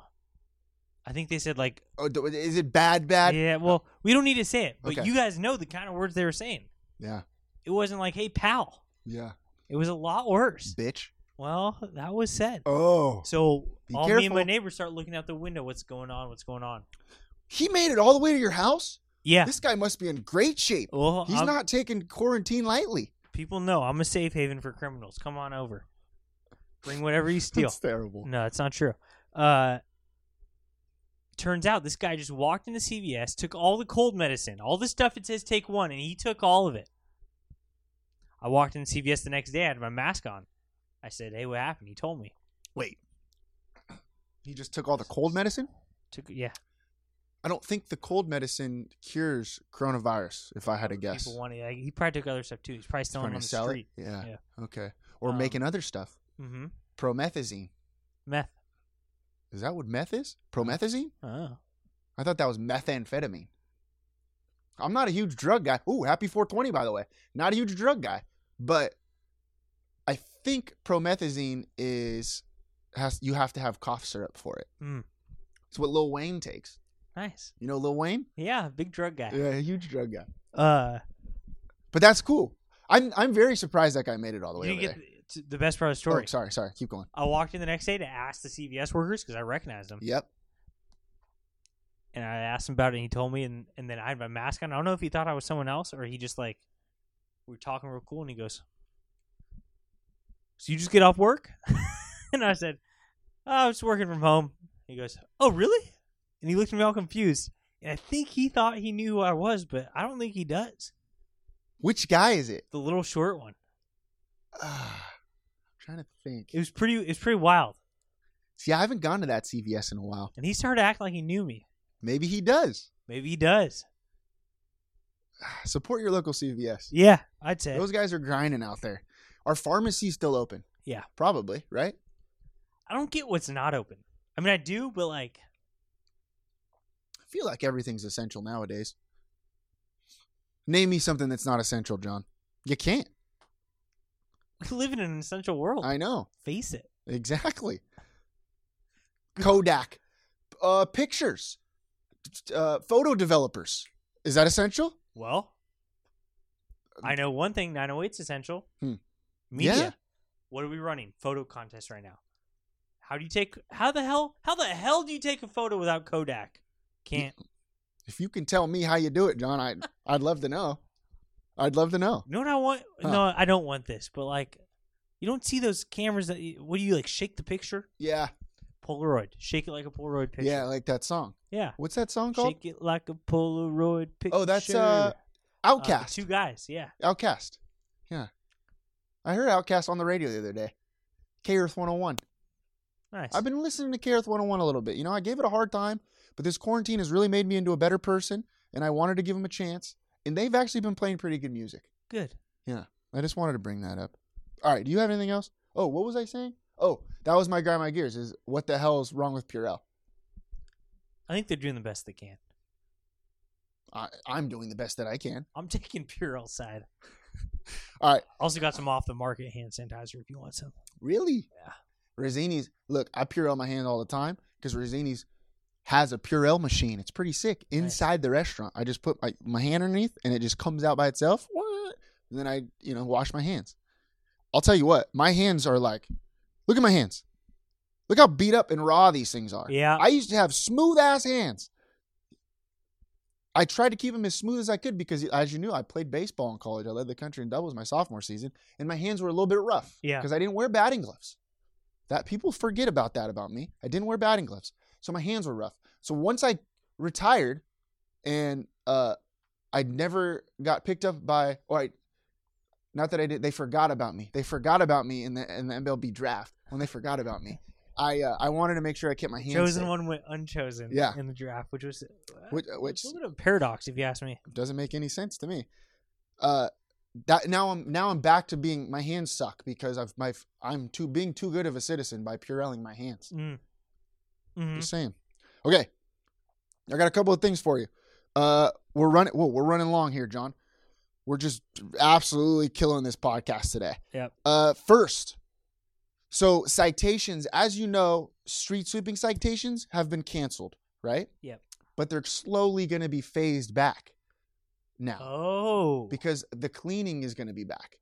S2: I think they said like,
S1: Oh, th- is it bad? Bad?
S2: yeah. Well, we don't need to say it, but
S1: Okay.
S2: you guys know the kind of words they were saying.
S1: yeah,
S2: It wasn't like, hey pal.
S1: yeah.
S2: It was a lot worse.
S1: Bitch.
S2: Well, that was said.
S1: Oh,
S2: So
S1: Be
S2: all me and my
S1: careful.
S2: neighbors start looking out the window. What's going on? What's going on?
S1: he made it all the way to your house.
S2: Yeah.
S1: This guy must be in great shape.
S2: well,
S1: He's
S2: I'm-
S1: not taking quarantine lightly.
S2: People know I'm a safe haven for criminals. Come on over. Bring whatever you
S1: [LAUGHS]
S2: steal.
S1: That's terrible.
S2: No, it's not true. Uh, turns out this guy just walked into CVS, took all the cold medicine, all the stuff it says take one, and he took all of it. I walked into CVS the next day. I had my mask on. I said, "Hey, what happened?" He told me.
S1: Wait. [CLEARS THROAT] He just took all the cold medicine?
S2: Took yeah.
S1: I don't think the cold medicine cures coronavirus, if I had to guess.
S2: People wanted. Like, he probably took other stuff too. He's probably selling
S1: Trying
S2: it
S1: to sell
S2: on the
S1: it?
S2: street.
S1: Yeah.
S2: Yeah.
S1: Okay. Or
S2: Um,
S1: making other stuff.
S2: Mm-hmm.
S1: Promethazine.
S2: Meth.
S1: Is that what meth is? Promethazine?
S2: Oh.
S1: I thought that was methamphetamine. I'm not a huge drug guy. Ooh, happy 420, by the way. Not a huge drug guy. But I think promethazine is has you have to have cough syrup for it.
S2: Mm.
S1: It's what Lil Wayne takes.
S2: Nice.
S1: You know Lil Wayne?
S2: Yeah, big drug guy.
S1: Yeah, a huge drug guy.
S2: Uh,
S1: But that's cool. I'm I'm very surprised that guy made it all the way
S2: you
S1: over
S2: get
S1: there.
S2: the, the best part of the
S1: Oh,
S2: story.
S1: sorry, sorry. Keep going.
S2: I walked in the next day to ask the CVS workers because I recognized them,
S1: Yep.
S2: and I asked him about it, and he told me, and, and then I had my mask on. I don't know if he thought I was someone else or he just like we were talking real cool, and he goes, "So you just get off work?" [LAUGHS] and I said, oh, "I was working from home." He goes, "Oh, really?" And he looked at me all confused, and I think he thought he knew who I was, but I don't think he does.
S1: Which guy is it? [SIGHS]
S2: The little short one.
S1: Ah, I'm trying to think.
S2: It was pretty. It was pretty wild,
S1: See, I haven't gone to that CVS in a while.
S2: and he started acting like he knew me.
S1: Maybe he does.
S2: Maybe he does.
S1: Support your local CVS.
S2: Yeah, I'd say.
S1: Those guys are grinding out there. Are pharmacies still open?
S2: Yeah.
S1: Probably, right?
S2: I don't get what's not open. I mean, I do, but like, [LAUGHS]
S1: I feel like everything's essential nowadays. Name me something that's not essential, John. You can't.
S2: we live in an essential world.
S1: I know.
S2: Face it.
S1: Exactly. Kodak, uh, pictures, uh, photo developers. Is that essential?
S2: Well, I know one thing 908's essential
S1: Um, Hmm.
S2: media.
S1: Yeah.
S2: What are we running? Photo contest right now. How do you take, how the hell, how the hell do you take a photo without Kodak? Can't.
S1: If you can tell me how you do it, John, I
S2: [LAUGHS]
S1: I'd love to know. I'd love to know.
S2: You know what I want?
S1: Huh.
S2: No, I don't want this, but like, you don't see those cameras that, you- what do you like, shake the picture?
S1: Yeah,
S2: Polaroid. Shake it like a Polaroid picture.
S1: yeah, like that song.
S2: Yeah.
S1: What's that song called?
S2: Shake it like a Polaroid picture.
S1: Oh, that's uh,
S2: Uh, the
S1: Outcast.
S2: two guys, yeah.
S1: Outcast. Yeah, I heard Outcast on the radio the other day. K Earth 101.
S2: Nice.
S1: I've been listening to K Earth 101 a little bit. You know, I gave it a hard time, but this quarantine has really made me into a better person, and I wanted to give them a chance. And they've actually been playing pretty good music.
S2: Good.
S1: Yeah. I just wanted to bring that up. All right. Do you have anything else? Oh, what was I saying? Oh, that was my guy, my gears. Is what the hell is wrong with Purell?
S2: I think they're doing the best they can.
S1: I, I'm doing the best that I can.
S2: I'm [LAUGHS] taking Purell side.
S1: [LAUGHS] All right.
S2: Also got some off the market hand sanitizer if you want some.
S1: Really?
S2: Yeah.
S1: Rosini's. Look, I Purell my hand all the time because Rosini's has a Purell machine. It's pretty sick inside the restaurant. I just put my, my hand underneath and it just comes out by itself. What? And then I, you know, wash my hands. I'll tell you what, my hands are like, look at my hands. Look how beat up and raw these things are.
S2: Yeah.
S1: I used to have smooth ass hands. I tried to keep them as smooth as I could because, as you knew, I played baseball in college. I led the country in doubles my sophomore season, and my hands were a little bit rough.
S2: Yeah.
S1: Because I didn't wear batting gloves. That people forget about that about me. I didn't wear batting gloves, so my hands were rough. So once I retired, and uh, I never got picked up by, or I, not that I did, they forgot about me. They forgot about me in the in the MLB draft when they forgot about me. I uh, I wanted to make sure I kept my hands.
S2: Chosen
S1: safe.
S2: one went unchosen
S1: Yeah.
S2: in the draft, which was
S1: Which-
S2: uh,
S1: which-
S2: a little bit of a paradox, if you ask me.
S1: doesn't make any sense to me. Uh, that now I'm now I'm back to being my hands suck because I've my I'm too being too good of a citizen by purelling my hands.
S2: Mm. hmm
S1: Just saying. Okay, I got a couple of things for you. Uh, we're running. Whoa, we're running long here, John. We're just absolutely killing this podcast today.
S2: Yep.
S1: Uh, first, so citations, as you know, street sweeping citations have been canceled, right?
S2: Yep.
S1: But they're slowly going to be phased back now
S2: Oh,
S1: because the cleaning is going to be back.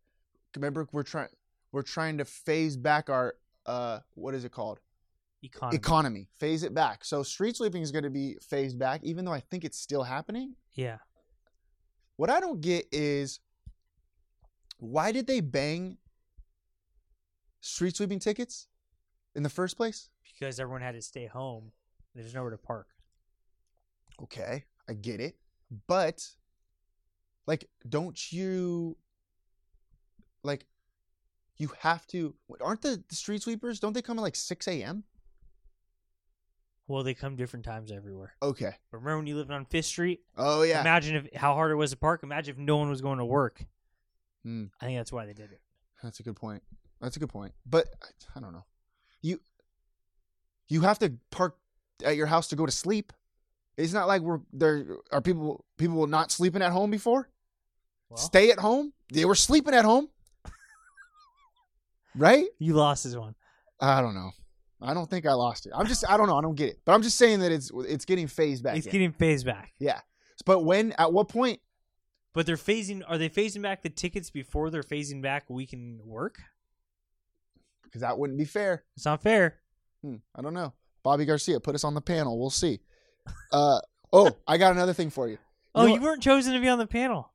S1: Remember, we're trying we're trying to phase back our uh what is it called
S2: economy.
S1: economy. Phase it back. So street sweeping is going to be phased back, even though I think it's still happening.
S2: yeah,
S1: What I don't get is why did they bang street sweeping tickets in the first place?
S2: because everyone had to stay home. There's nowhere to park.
S1: Okay, I get it, but like, don't you like? You have to. Aren't the, the street sweepers? Don't they come at like six a.m.?
S2: Well, they come different times everywhere.
S1: Okay.
S2: But remember when you lived on Fifth Street?
S1: Oh yeah.
S2: Imagine if how hard it was to park. Imagine if no one was going to work.
S1: Hmm.
S2: I think that's why they did it.
S1: That's a good point. That's a good point. But I- I don't know. You you have to park at your house to go to sleep. It's not like we're there are people people were not sleeping at home before.
S2: Well,
S1: Stay at home. They were sleeping at
S2: [LAUGHS]
S1: home. right?
S2: you lost this one.
S1: I don't know. I don't think I lost it. I'm just I don't know. I don't get it. But I'm just saying that it's it's getting phased back.
S2: It's
S1: in.
S2: getting phased back.
S1: but when at what point
S2: But they're phasing. Are they phasing back the tickets before they're phasing back week and work?
S1: because that wouldn't be fair.
S2: It's not fair.
S1: Hmm, I don't know. Bobby Garcia put us on the panel. We'll see. Uh, oh, I got another thing for you.
S2: Oh,
S1: know
S2: you
S1: what-
S2: weren't chosen to be on the panel.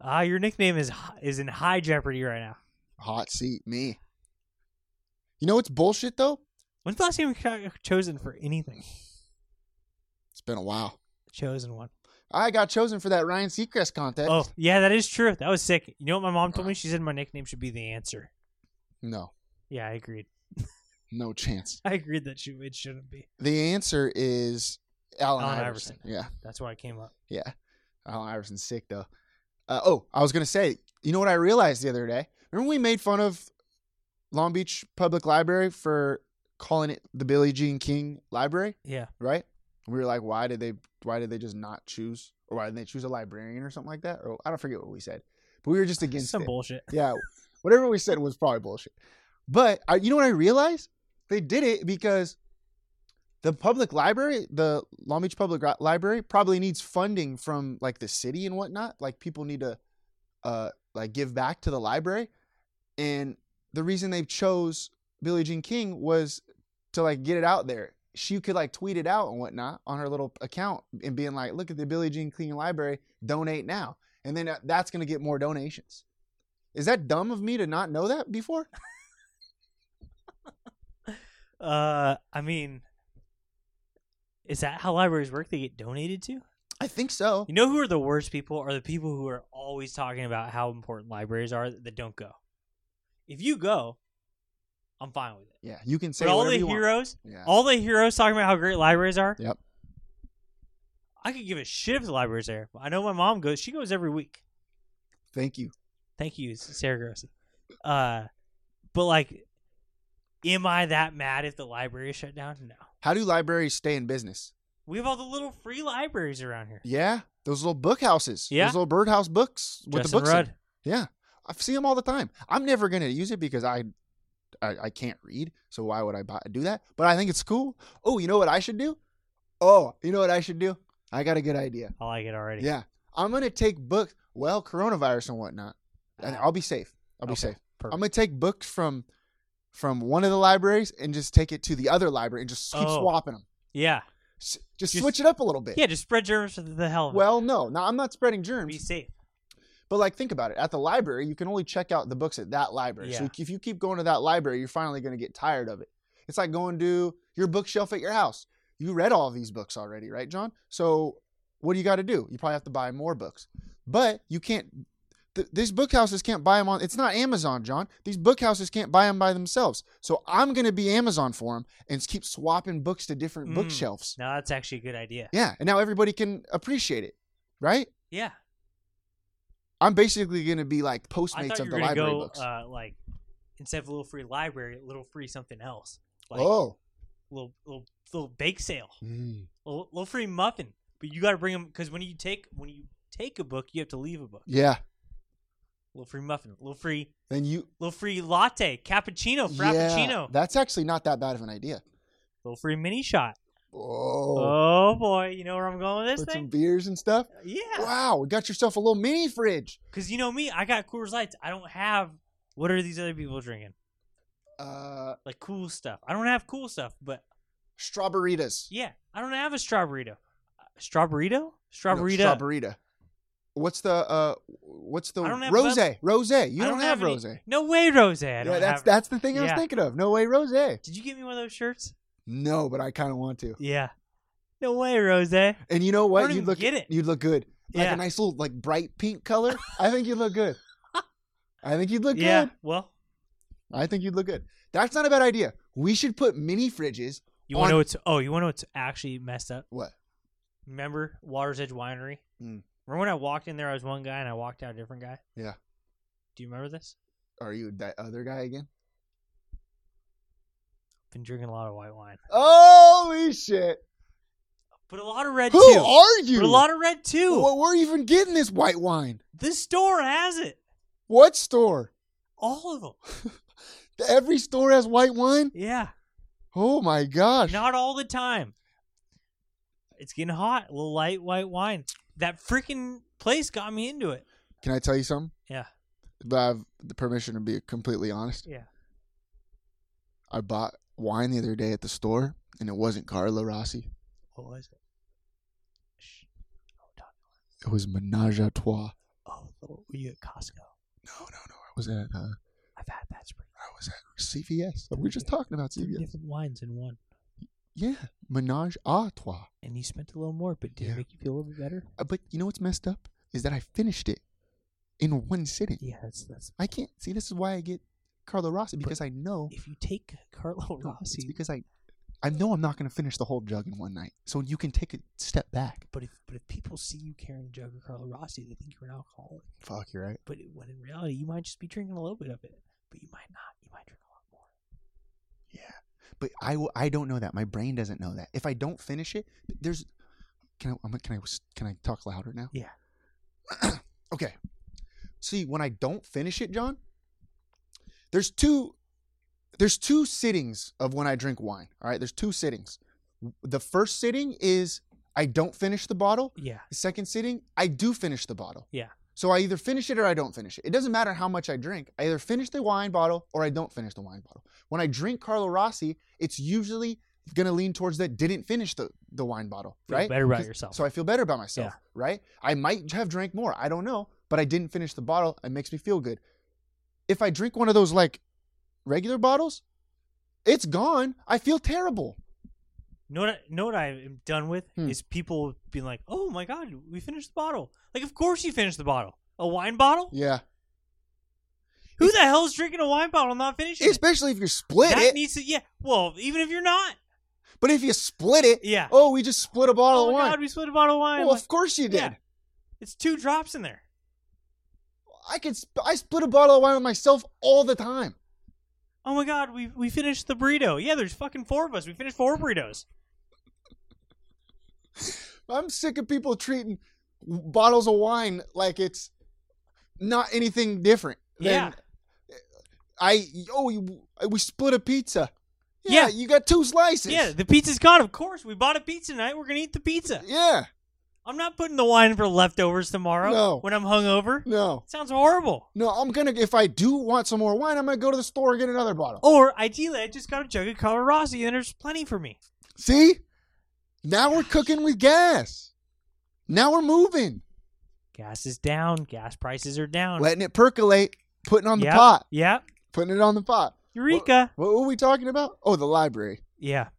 S2: Ah, your nickname is hi- is in high jeopardy right now.
S1: Hot seat me. You know what's bullshit though?
S2: When's the last time you got chosen for anything?
S1: It's been a while.
S2: Chosen one.
S1: I got chosen for that Ryan Seacrest contest.
S2: Oh, yeah, that is true. That was sick. You know what my mom told me? She said my nickname should be the answer.
S1: No,
S2: Yeah, I agreed.
S1: no chance.
S2: I agreed that she, it shouldn't be.
S1: The answer is Allen,
S2: Allen
S1: Iverson.
S2: Iverson.
S1: Yeah,
S2: That's why I came up.
S1: yeah. Allen Iverson's sick though. Uh, oh, I was gonna say. You know what I realized the other day? Remember we made fun of Long Beach Public Library for calling it the Billie Jean King Library.
S2: Yeah.
S1: right? We were like, why did they why did they just not choose or why did they choose a librarian or something like that? Or I don't forget what we said. But we were just against
S2: Some
S1: it.
S2: bullshit.
S1: Yeah. Whatever we said was probably bullshit. But I, you know what I realized? They did it because the public library, the Long Beach Public Ri- Library probably needs funding from like the city and whatnot. Like people need to uh like give back to the library. And the reason they chose Billie Jean King was to like get it out there. She could like tweet it out and whatnot on her little account and being like, "Look at the Billie Jean King Library, donate now," and then that- that's gonna get more donations. Is that dumb of me to not know that before?
S2: Uh, I mean, is that how libraries work? They get donated to?
S1: I think so.
S2: You know who are the worst people? Are the people who are always talking about how important libraries are that don't go. If you go, I'm fine with it.
S1: Yeah, you can say
S2: But all
S1: whatever
S2: the
S1: you want.
S2: heroes,
S1: Yeah.
S2: all the heroes talking about how great libraries are.
S1: Yep.
S2: I could give a shit if the libraries there. I know my mom goes. She goes every week.
S1: Thank you.
S2: Thank you, Sarah Grossi. Uh, but like, am I that mad if the library is shut down? No.
S1: How do libraries stay in business?
S2: We have all the little free libraries around here.
S1: Yeah, those little book houses.
S2: Yeah.
S1: those little birdhouse books with
S2: Justin
S1: the books. in.
S2: Rudd.
S1: Yeah, I see them all the time. I'm never gonna use it because I, I, I can't read. So why would I buy, do that? But I think it's cool. Oh, you know what I should do? Oh, you know what I should do? I got a good idea.
S2: I like it already.
S1: Yeah, I'm gonna take books. Well, coronavirus and whatnot, and I'll be safe. I'll be
S2: Ah. Okay,
S1: safe.
S2: perfect.
S1: I'm gonna take books from, from one of the libraries and just take it to the other library and just keep
S2: Oh.
S1: swapping them.
S2: Yeah.
S1: S- just,
S2: Just-
S1: switch it up a little bit.
S2: Yeah. Just spread germs for the hell. of it.
S1: Well, no, no, I'm not spreading germs.
S2: be safe.
S1: But like, think about it. At the library, you can only check out the books at that library. So
S2: Yeah.
S1: if you keep going to that library, you're finally going to get tired of it. It's like going to your bookshelf at your house. You read all these books already, right, John? So what do you got to do? You probably have to buy more books. But you can't Th- these bookhouses can't buy them on. It's not Amazon, John. These bookhouses can't buy them by themselves. So I'm going to be Amazon for them and keep swapping books to different
S2: Mm.
S1: bookshelves.
S2: Now that's actually a good idea.
S1: Yeah, and now everybody can appreciate it, right?
S2: Yeah.
S1: I'm basically going to be like
S2: I
S1: Postmates
S2: thought you
S1: of the
S2: were going to
S1: library
S2: go
S1: books.
S2: uh, like instead of a little free library, a little free something else. Like
S1: oh,
S2: little little little bake sale,
S1: Mm.
S2: little, little free muffin. But you got to bring them because when you take when you take a book, you have to leave a book.
S1: yeah.
S2: Little free muffin, little free
S1: Then you,
S2: little free latte, cappuccino,
S1: yeah,
S2: frappuccino,
S1: that's actually not that bad of an idea.
S2: little free mini shot.
S1: Oh,
S2: Oh boy, you know where I'm going with this
S1: with some
S2: thing?
S1: beers and stuff.
S2: Yeah,
S1: Wow, got yourself a little mini fridge.
S2: because you know me, I got Coors Lights. I don't have what are these other people drinking?
S1: Uh,
S2: Like cool stuff. I don't have cool stuff, but
S1: strawberritas.
S2: yeah, I don't have a strawberryto. Uh, Strawberryto?
S1: No,
S2: Strawberryto.
S1: strawberita. What's the uh? What's the
S2: I don't have
S1: rose?
S2: bub-
S1: Rose. You don't,
S2: I
S1: have,
S2: any-
S1: rose.
S2: No way, rose. I
S1: Yeah,
S2: don't
S1: that's
S2: have-
S1: that's the thing I was
S2: yeah.
S1: thinking of. No way, rose.
S2: Did you get me one of those shirts?
S1: No, but I kind of want to.
S2: Yeah. No way, Rose. I
S1: And you know what?
S2: don't
S1: you'd
S2: even
S1: look
S2: get it.
S1: You'd look good. Like
S2: Yeah.
S1: a nice little like bright pink color. I think you'd look
S2: [LAUGHS]
S1: good. I think you'd look
S2: yeah.
S1: good.
S2: Well,
S1: I think you'd look good. That's not a bad idea. We should put mini fridges.
S2: you want
S1: On-
S2: to know what's oh, you want to know what's actually messed up?
S1: What?
S2: Remember Water's Edge Winery?
S1: Mm.
S2: Remember when I walked in there, I was one guy, and I walked out a different guy.
S1: Yeah.
S2: Do you remember this?
S1: Are you that other guy again?
S2: Been drinking a lot of white wine,
S1: Holy shit!
S2: but a lot of red
S1: Who
S2: too.
S1: are you?
S2: But a lot of red too.
S1: Well, we're even getting this white wine.
S2: This store has it.
S1: What store? [LAUGHS]
S2: All of them.
S1: Every store has white wine.
S2: Yeah.
S1: Oh my gosh!
S2: Not all the time. It's getting hot. A little light white wine. That freaking place got me into it.
S1: Can I tell you something?
S2: Yeah.
S1: But I have the permission to be completely honest.
S2: Yeah.
S1: I bought wine the other day at the store, and it wasn't Carlo Rossi.
S2: What was it? Shh. Oh, Todd.
S1: It was Menage a Trois.
S2: Oh, little, were you at Costco?
S1: No, no, no. I was at uh,
S2: I've had that spring.
S1: I was at CVS. We were just talking about
S2: Three
S1: CVS.
S2: different wines in one.
S1: Yeah, Menage a Trois.
S2: And you spent a little more, but did
S1: Yeah.
S2: it make you feel a little bit better?
S1: Uh, But you know what's messed up is that I finished it in one sitting.
S2: Yeah, that's that's.
S1: I can't see. This is why I get Carlo Rossi because I know
S2: If you take Carlo
S1: No, It's
S2: Rossi,
S1: because I, I know I'm not going to finish the whole jug in one night. So you can take a step back.
S2: but if but if people see you carrying a jug of Carlo Rossi, they think you're an alcoholic.
S1: Fuck, you're right.
S2: But when in reality, you might just be drinking a little bit of it, but you might not. You might drink a lot more.
S1: Yeah, but I, w- I don't know that. My brain doesn't know that. If I don't finish it, there's. Can I I'm- can I can I talk louder now?
S2: Yeah.
S1: [CLEARS THROAT] okay. See, when I don't finish it, John, there's two there's two sittings of when I drink wine. All right, there's two sittings. The first sitting is I don't finish the bottle,
S2: Yeah.
S1: The second sitting, I do finish the bottle.
S2: Yeah.
S1: So I either finish it or I don't finish it. It doesn't matter how much I drink. I either finish the wine bottle or I don't finish the wine bottle. When I drink Carlo Rossi, it's usually going to lean towards that didn't finish the, the wine bottle,
S2: Feel
S1: right?
S2: better about
S1: 'Cause-
S2: yourself.
S1: So I feel better about myself,
S2: Yeah.
S1: right? I might have drank more. I don't know, but I didn't finish the bottle. It makes me feel good. If I drink one of those like regular bottles, it's gone. I feel terrible.
S2: Know what? I, know what I am done with
S1: Hmm.
S2: is people being like, "Oh my god, we finished the bottle!" Like, of course you finished the bottle. A wine bottle?
S1: Yeah.
S2: Who the hell is drinking a wine bottle and not finishing it?
S1: Especially if you split
S2: That
S1: it.
S2: needs to, yeah. Well, even if you're not,
S1: but if you split it,
S2: yeah.
S1: Oh, we just split a bottle
S2: Oh
S1: of
S2: my
S1: wine.
S2: god, we split a bottle of wine.
S1: well,
S2: Like,
S1: of course you did.
S2: yeah. it's two drops in there.
S1: I could. Sp- I split a bottle of wine with myself all the time.
S2: Oh my god, we we finished the burrito. Yeah, there's fucking four of us. We finished four burritos.
S1: I'm sick of people treating w- bottles of wine like it's not anything different. than-
S2: Yeah.
S1: I oh you, we split a pizza.
S2: Yeah.
S1: you got two slices.
S2: Yeah, the pizza's gone. Of course, we bought a pizza tonight. We're gonna eat the pizza.
S1: Yeah.
S2: I'm not putting the wine for leftovers tomorrow
S1: No.
S2: when I'm hungover.
S1: No.
S2: Sounds horrible.
S1: No, I'm gonna. If I do want some more wine, I'm gonna go to the store and get another bottle.
S2: Or ideally, I just got a jug of Color Rossi, and there's plenty for me.
S1: See, now we're cooking with gas. Now we're moving,
S2: Gas is down. Gas prices are down.
S1: letting it percolate, putting on the
S2: Yep,
S1: pot.
S2: Yep.
S1: putting it on the pot.
S2: Eureka.
S1: What were we talking about? Oh, the library,
S2: Yeah.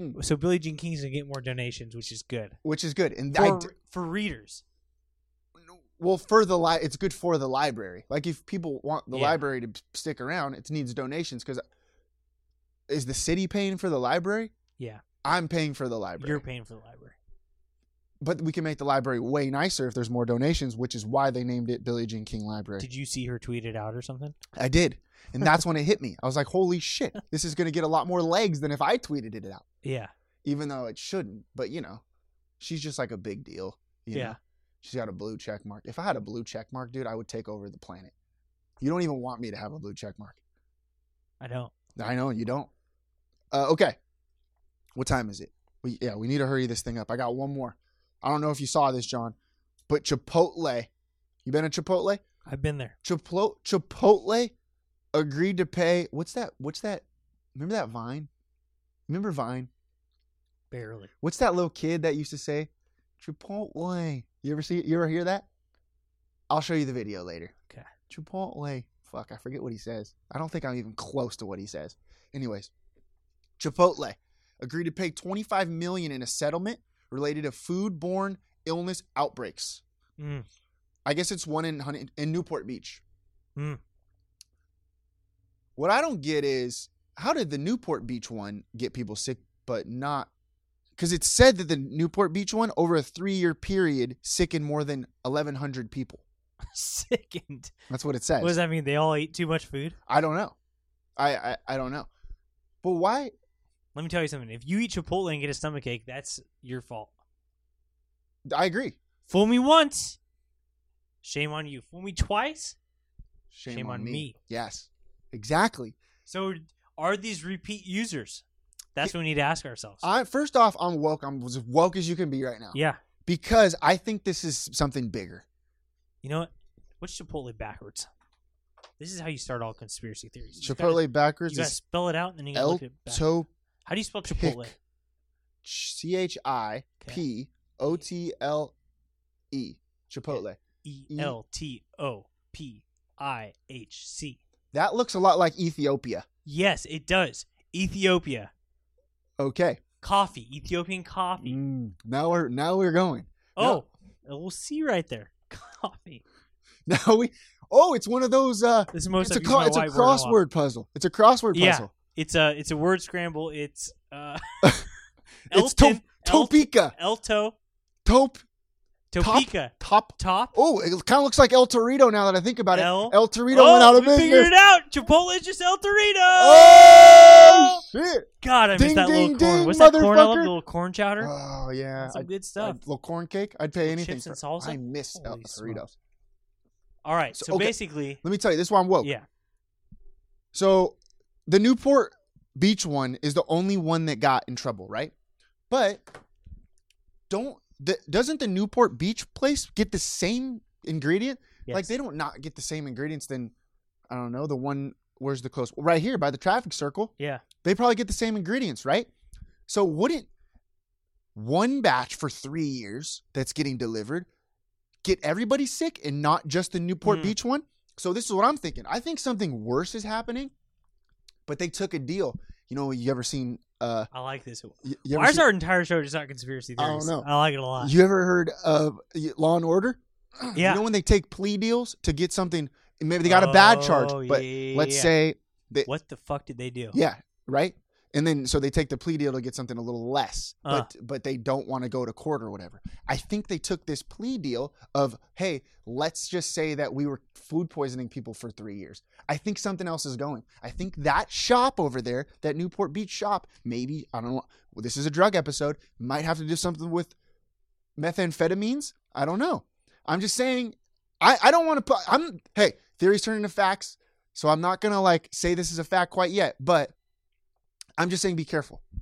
S1: Hmm.
S2: So Billie Jean King's gonna get more donations, which is good
S1: which is good. And I
S2: for,
S1: d-
S2: for readers.
S1: Well, for the li- it's good for the library. Like if people want the
S2: Yeah.
S1: library to p- stick around, it needs donations because is the city paying for the library?
S2: Yeah.
S1: I'm paying for the library.
S2: You're paying for the library.
S1: but we can make the library way nicer if there's more donations, which is why they named it Billie Jean King Library.
S2: Did you see her tweet it out or something?
S1: I did. And that's when it hit me. I was like, holy shit, this is going to get a lot more legs than if I tweeted it out,
S2: Yeah.
S1: even though it shouldn't. But, you know, she's just like a big deal. You
S2: Yeah.
S1: Know? She's got a blue check mark. If I had a blue check mark, dude, I would take over the planet. You don't even want me to have a blue check mark.
S2: I don't.
S1: I know you don't. Uh, okay. What time is it? We, yeah, we need to hurry this thing up. I got one more. I don't know if you saw this, John, but Chipotle. You been at Chipotle?
S2: I've been there.
S1: Chiplo- Chipotle agreed to pay. What's that? What's that? Remember that Vine? Remember Vine?
S2: Barely.
S1: What's that little kid that used to say Chipotle? You ever see? You ever hear that? I'll show you the video later.
S2: Okay.
S1: Chipotle. Fuck, I forget what he says. I don't think I'm even close to what he says. Anyways, Chipotle agreed to pay 25 million in a settlement related to foodborne illness outbreaks.
S2: Mm. [LAUGHS]
S1: I guess it's one in Hun- in Newport Beach.
S2: Hmm.
S1: What I don't get is how did the Newport Beach one get people sick, but not because it said that the Newport Beach one over a three year period sickened more than eleven hundred people.
S2: Sickened.
S1: That's what it says.
S2: What does that mean? They all ate too much food?
S1: I don't know. I, I I don't know. But why?
S2: Let me tell you something. If you eat Chipotle and get a stomach ache, that's your fault.
S1: I agree.
S2: Fool me once. Shame on you. Fool me twice.
S1: Shame,
S2: Shame
S1: on,
S2: on
S1: me.
S2: me.
S1: Yes, exactly.
S2: So are these repeat users? That's what we need to ask ourselves.
S1: I first off, I'm woke. I'm as woke as you can be right now.
S2: yeah.
S1: Because I think this is something bigger.
S2: You know what? What's Chipotle backwards? This is how you start all conspiracy theories. You gotta-
S1: Chipotle
S2: you
S1: backwards
S2: gotta
S1: is
S2: spell it out and then you gotta
S1: El
S2: look it back.
S1: Topic.
S2: How do you spell Chipotle?
S1: C H I P O T L E. Chipotle.
S2: E L T O P I H C.
S1: That looks a lot like Ethiopia.
S2: Yes, it does. Ethiopia.
S1: Okay.
S2: Coffee. Ethiopian
S1: Mm,
S2: coffee.
S1: Now we're now we're going. [LAUGHS]
S2: Oh, we'll see right there. [LAUGHS] Coffee.
S1: Now we Oh, it's one of those uh
S2: This is most
S1: it's a
S2: I've used
S1: co-
S2: my
S1: it's a
S2: whiteboard in while.
S1: crossword puzzle. It's a crossword
S2: Yeah.
S1: puzzle.
S2: It's a it's a word scramble. It's uh
S1: [LAUGHS]
S2: [LAUGHS]
S1: It's to-
S2: Elton- El-
S1: Topeka.
S2: Elto
S1: Top
S2: Topeka.
S1: top
S2: Top.
S1: Oh, it kind of looks like El Torito now that I think about it.
S2: El-
S1: El Torito went out of
S2: Oh, we figured
S1: business.
S2: it out. Chipotle is just El Torito.
S1: Oh shit!
S2: God, I
S1: Ding,
S2: missed that
S1: ding,
S2: little corn.
S1: ding,
S2: What's that corn? I love
S1: motherfucker.
S2: the little corn chowder.
S1: Oh yeah,
S2: That's some
S1: I'd-
S2: good stuff.
S1: I'd- little corn cake. I'd pay anything
S2: chips and
S1: for.
S2: salsa?
S1: I miss El
S2: Holy
S1: Torito.
S2: smokes. All right.
S1: So,
S2: So,
S1: okay.
S2: basically,
S1: Let me tell you, this is why I'm woke.
S2: yeah.
S1: So the Newport Beach one is the only one that got in trouble, right? But don't the, doesn't the Newport Beach place get the same ingredient? Like
S2: Yes.
S1: they don't not get the same ingredients than I don't know the one where's the close right here by the traffic circle.
S2: Yeah.
S1: They probably get the same ingredients, right? So wouldn't one batch for three years that's getting delivered get everybody sick and not just the Newport
S2: Mm.
S1: Beach one? So this is what I'm thinking. I think something worse is happening, but they took a deal. You know, you ever seen? Uh,
S2: I like this.
S1: you, you
S2: Why
S1: ever
S2: is
S1: seen-
S2: our entire show just not conspiracy
S1: I don't
S2: theories?
S1: know.
S2: I like it a lot.
S1: you ever heard of y- Law and Order?
S2: Yeah.
S1: You know when they take plea deals to get something? Maybe they got a bad charge,
S2: Oh,
S1: but let's
S2: yeah.
S1: say they,
S2: what the fuck did they do?
S1: Yeah, right. And then so they take the plea deal to get something a little less, but but they don't want to go to court or whatever. I think they took this plea deal of hey, let's just say that we were food poisoning people for three years. I think something else is going. I think that shop over there, that Newport Beach shop, maybe I don't know. Well, this is a drug episode. Might have to do something with methamphetamines. I don't know. I'm just saying. I I don't want to put. I'm hey theories turn into facts. So I'm not gonna like say this is a fact quite yet, but I'm just saying be careful.
S2: You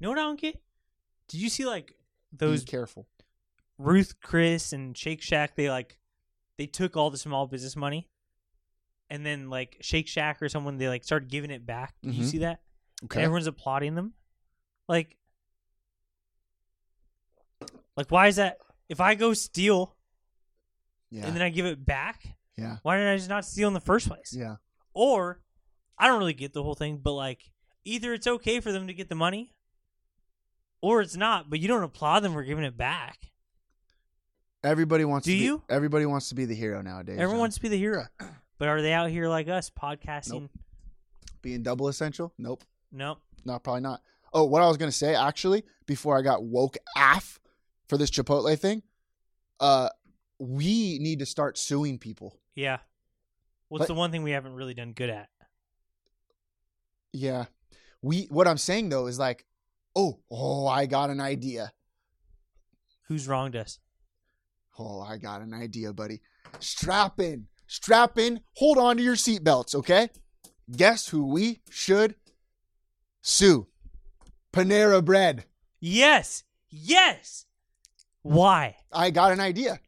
S2: know what I don't get? Did you see like
S1: be
S2: those
S1: careful.
S2: Ruth Chris and Shake Shack? They like they took all the small business money, and then like Shake Shack or someone they like started giving it back. Did you
S1: Mhm.
S2: see that? And everyone's applauding them. Like, like why is that? If I go steal
S1: Yeah.
S2: and then I give it back,
S1: yeah.
S2: why did I just not steal in the first place?
S1: Yeah.
S2: Or I don't really get the whole thing, but like either it's okay for them to get the money or it's not, but you don't applaud them for giving it back.
S1: Everybody wants.
S2: Do
S1: to be,
S2: you?
S1: Everybody wants to be the hero nowadays.
S2: Everyone
S1: John.
S2: wants to be
S1: [CLEARS THROAT]
S2: the hero, but are they out here like us podcasting?
S1: being double essential. Nope.
S2: Nope.
S1: No, probably not. Oh, what I was gonna say actually before I got woke af for this Chipotle thing, uh, we need to start suing people.
S2: Yeah. What's
S1: But-
S2: the one thing we haven't really done good at?
S1: Yeah, we. What I'm saying though is like, oh, oh, I got an idea.
S2: Who's wronged us?
S1: Oh, I got an idea, buddy. Strap in, strap in. Hold on to your seatbelts, okay? Guess who we should sue? Panera Bread.
S2: Yes. Yes. Why?
S1: I got an idea.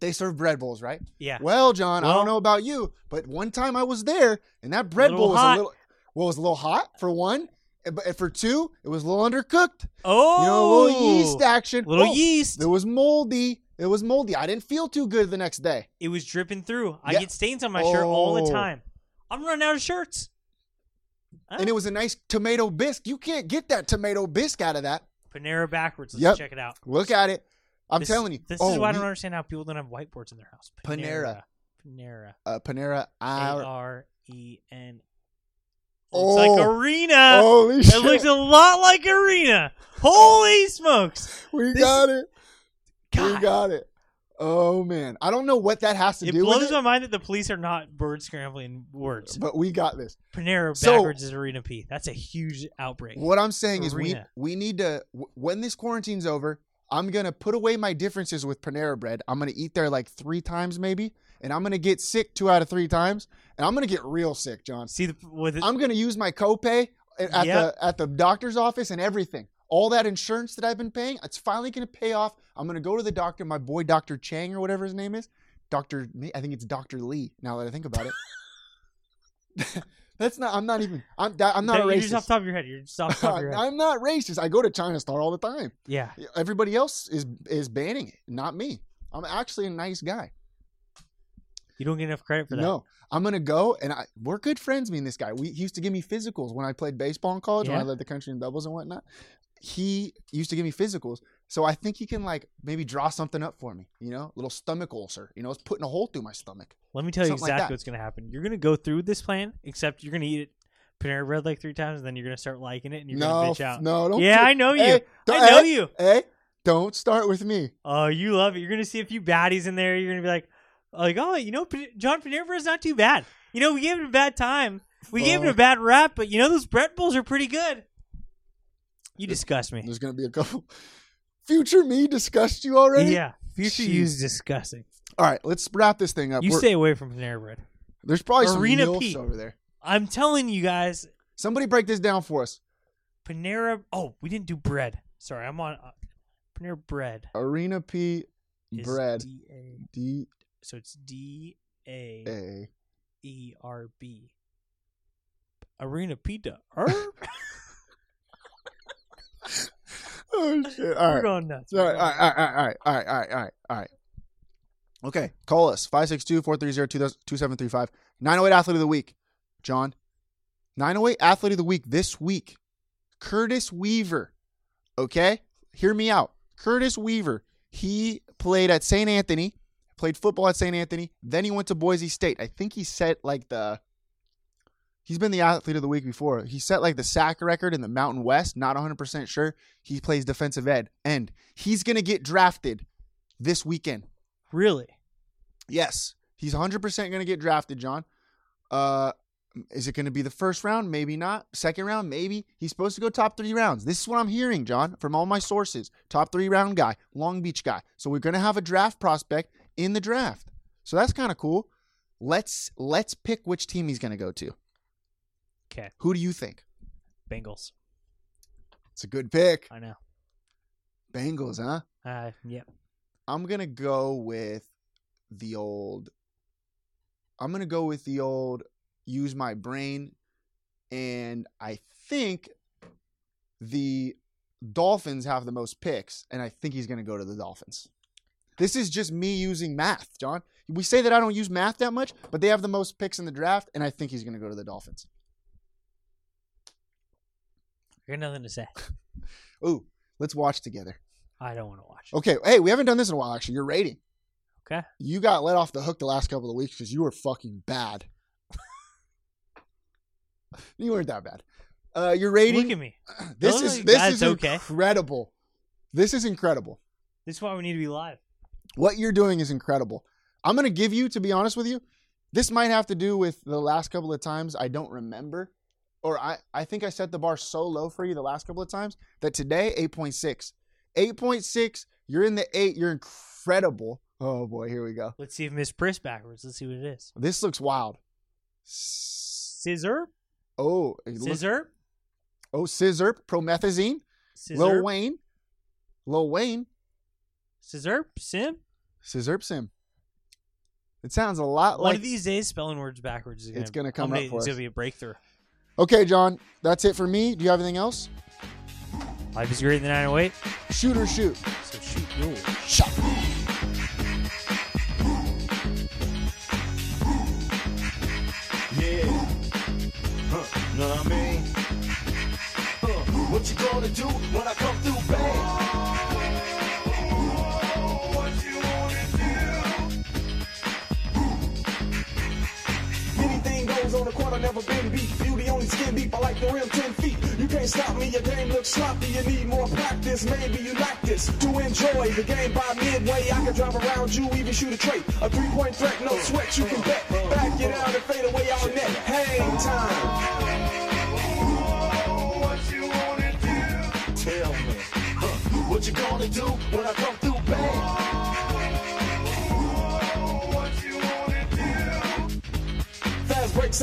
S1: They serve bread bowls, right?
S2: Yeah.
S1: Well, John, I
S2: Well-
S1: don't know about you, but one time I was there, and that bread
S2: Little
S1: bowl was
S2: hot.
S1: a little, well, it was a little hot for one, and- but for two, it was a little undercooked.
S2: oh.
S1: You know, a little yeast action.
S2: Little
S1: Oh,
S2: yeast.
S1: It was moldy. It was moldy. I didn't feel too good the next day.
S2: It was dripping through. I
S1: Yeah.
S2: get stains on my shirt all the
S1: Oh.
S2: time. I'm running out of shirts. Huh?
S1: And it was a nice tomato bisque. You can't get that tomato bisque out of that.
S2: Panera backwards. Let's
S1: Yep.
S2: check it out.
S1: Look at it. I'm
S2: This-
S1: telling you.
S2: This
S1: Oh,
S2: is why I
S1: we-
S2: don't understand how people don't have whiteboards in their house.
S1: Panera.
S2: Panera.
S1: uh, Panera.
S2: A
S1: I,
S2: R E N.
S1: Oh.
S2: Looks like arena.
S1: holy
S2: It
S1: shit.
S2: uh, looks a lot like arena. Holy smokes!
S1: we
S2: this-
S1: got it. We
S2: God,
S1: got it. Oh man, I don't know what that has to
S2: it
S1: do
S2: blows
S1: with
S2: my
S1: it,
S2: mind that the police are not bird scrambling words.
S1: but we got this.
S2: Panera
S1: So-
S2: backwards is arena P. That's a huge outbreak.
S1: What I'm saying is, we
S2: Arena.
S1: we need to w- when this quarantine's over. I'm gonna put away my differences with Panera Bread. I'm gonna eat there like three times maybe, and I'm gonna get sick two out of three times, and I'm gonna get real sick, John.
S2: See the with it,
S1: I'm gonna use my copay at at
S2: Yeah.
S1: the at the doctor's office and everything. All that insurance that I've been paying, it's finally gonna pay off. I'm gonna go to the doctor, my boy Doctor Chang or whatever his name is, Doctor. I think it's Doctor Lee. Now that I think about it,
S2: [LAUGHS]
S1: [LAUGHS] that's not. I'm not even. I'm. that- I'm not
S2: that-
S1: a
S2: You're just
S1: [LAUGHS]
S2: off
S1: racist.
S2: the top of your head. You're just off the
S1: [LAUGHS]
S2: top of your head.
S1: I'm not racist. I go to China Star all the time.
S2: yeah.
S1: Everybody else is is banning it, not me. I'm actually a nice guy.
S2: You don't get enough credit for that.
S1: No, I'm gonna go, and I we're good friends. Me and this guy, we he used to give me physicals when I played baseball in college, when I
S2: Yeah.
S1: led the country in doubles and whatnot. He used to give me physicals, so I think he can like maybe draw something up for me. You know, little stomach ulcer. You know, it's putting a hole through my stomach.
S2: Let me tell you
S1: Something like
S2: exactly
S1: that.
S2: what's gonna happen. You're gonna go through with this plan, except you're gonna eat it Panera Bread like three times, and then you're gonna start liking it, and you're gonna
S1: no,
S2: bitch out.
S1: no, don't.
S2: yeah,
S1: do-
S2: I know you.
S1: Hey, don't-
S2: I know
S1: hey,
S2: you.
S1: Hey, don't start with me.
S2: Oh, you love it. You're gonna see a few baddies in there. You're gonna be like, like, oh, you know, P- John Panera is not too bad. You know, we gave it a bad time. We gave it a
S1: Fuck.
S2: bad rap, but you know those bread bowls are pretty good. You disgust me.
S1: There's gonna be a couple. [LAUGHS] Future me discussed you already.
S2: Yeah, future
S1: Jeez.
S2: you is disgusting.
S1: All right, let's wrap this thing up.
S2: You
S1: We're-
S2: stay away from Panera Bread.
S1: There's probably some
S2: Arena
S1: milfs
S2: Pete.
S1: over there.
S2: I'm telling you guys,
S1: Somebody break this down for us.
S2: Panera. Oh, we didn't do bread. Sorry, I'm on uh, Panera Bread.
S1: Arena P
S2: is
S1: bread.
S2: D-A,
S1: D
S2: so it's D A
S1: A.
S2: E R B. Arena Pita. Arr.
S1: [LAUGHS] Oh shit! All
S2: We're
S1: right.
S2: going nuts.
S1: All right, all right, all right, all right, all right, all right, all right, all right. Okay, call us 562-430-2735. 908 Athlete of the Week, John. 908 Athlete of the Week this week, Curtis Weaver. Okay, hear me out. Curtis Weaver. He played at St. Anthony, played football at St. Anthony. Then he went to Boise State. I think he set like the. He's been the athlete of the week before. He set like the sack record in the Mountain West. Not 100% sure. He plays defensive end. End. He's going to get drafted this weekend.
S2: Really?
S1: Yes. He's 100% going to get drafted, John. Uh, is it going to be the first round? Maybe not. Second round? Maybe. He's supposed to go top three rounds. This is what I'm hearing, John, from all my sources. Top three round guy, Long Beach guy. So we're going to have a draft prospect in the draft. So that's kind of cool. Let's let's pick which team he's going to go to.
S2: Okay.
S1: Who do you think?
S2: Bengals.
S1: It's a good pick.
S2: I know.
S1: Bengals, huh?
S2: Uh, yeah.
S1: I'm gonna go with the old. I'm gonna go with the old. Use my brain, and I think the Dolphins have the most picks, and I think he's gonna go to the Dolphins. This is just me using math, John. We say that I don't use math that much, but they have the most picks in the draft, and I think he's gonna go to the Dolphins.
S2: I got nothing to say.
S1: Ooh, let's watch together.
S2: I don't want to watch.
S1: Okay, hey, we haven't done this in a while. Actually, your rating.
S2: Okay.
S1: You got let off the hook the last couple of weeks because you were fucking bad. [LAUGHS] you weren't that bad. Uh, your
S2: Look
S1: rating.
S2: at me.
S1: This is
S2: Those are-
S1: this
S2: that's
S1: is
S2: okay.
S1: incredible. This is incredible.
S2: This is why we need to be live.
S1: What you're doing is incredible. I'm gonna give you, to be honest with you, this might have to do with the last couple of times I don't remember, or I I think I set the bar so low for you the last couple of times that today 8.6, 8.6. You're in the eight. You're incredible. Oh boy, here we go.
S2: Let's see if Miss Priss backwards. Let's see what it is.
S1: This looks wild. S-
S2: Scissor,
S1: Oh, it looks-
S2: scissor,
S1: oh, Scissor, Promethazine,
S2: scissor,
S1: Lil Wayne, Lil Wayne,
S2: scissor, sim.
S1: Scissor Sim. It sounds a lot
S2: One
S1: like
S2: of these days, spelling words backwards is gonna,
S1: It's gonna come
S2: one day
S1: up for
S2: It's
S1: us.
S2: gonna be a breakthrough.
S1: Okay, John, that's it for me. Do you have anything else?
S2: Life is greater than 908.
S1: Shoot or shoot.
S2: So shoot yours.
S1: Shot.
S6: Yeah. Huh, know what I mean? Huh, what you gonna do when I come through, babe? Anything goes on the court, I never been beat. Beauty only skin deep, I like the rim 10 feet. You can't stop me, your game looks sloppy. You need more practice, maybe you like this. To enjoy the game by midway, I can drive around you, even shoot a trait. A three point threat, no sweat, you can bet. Back it out and fade away all net. Hang time. Tell me, huh, what you gonna do when I come through, babe? Fast breaks,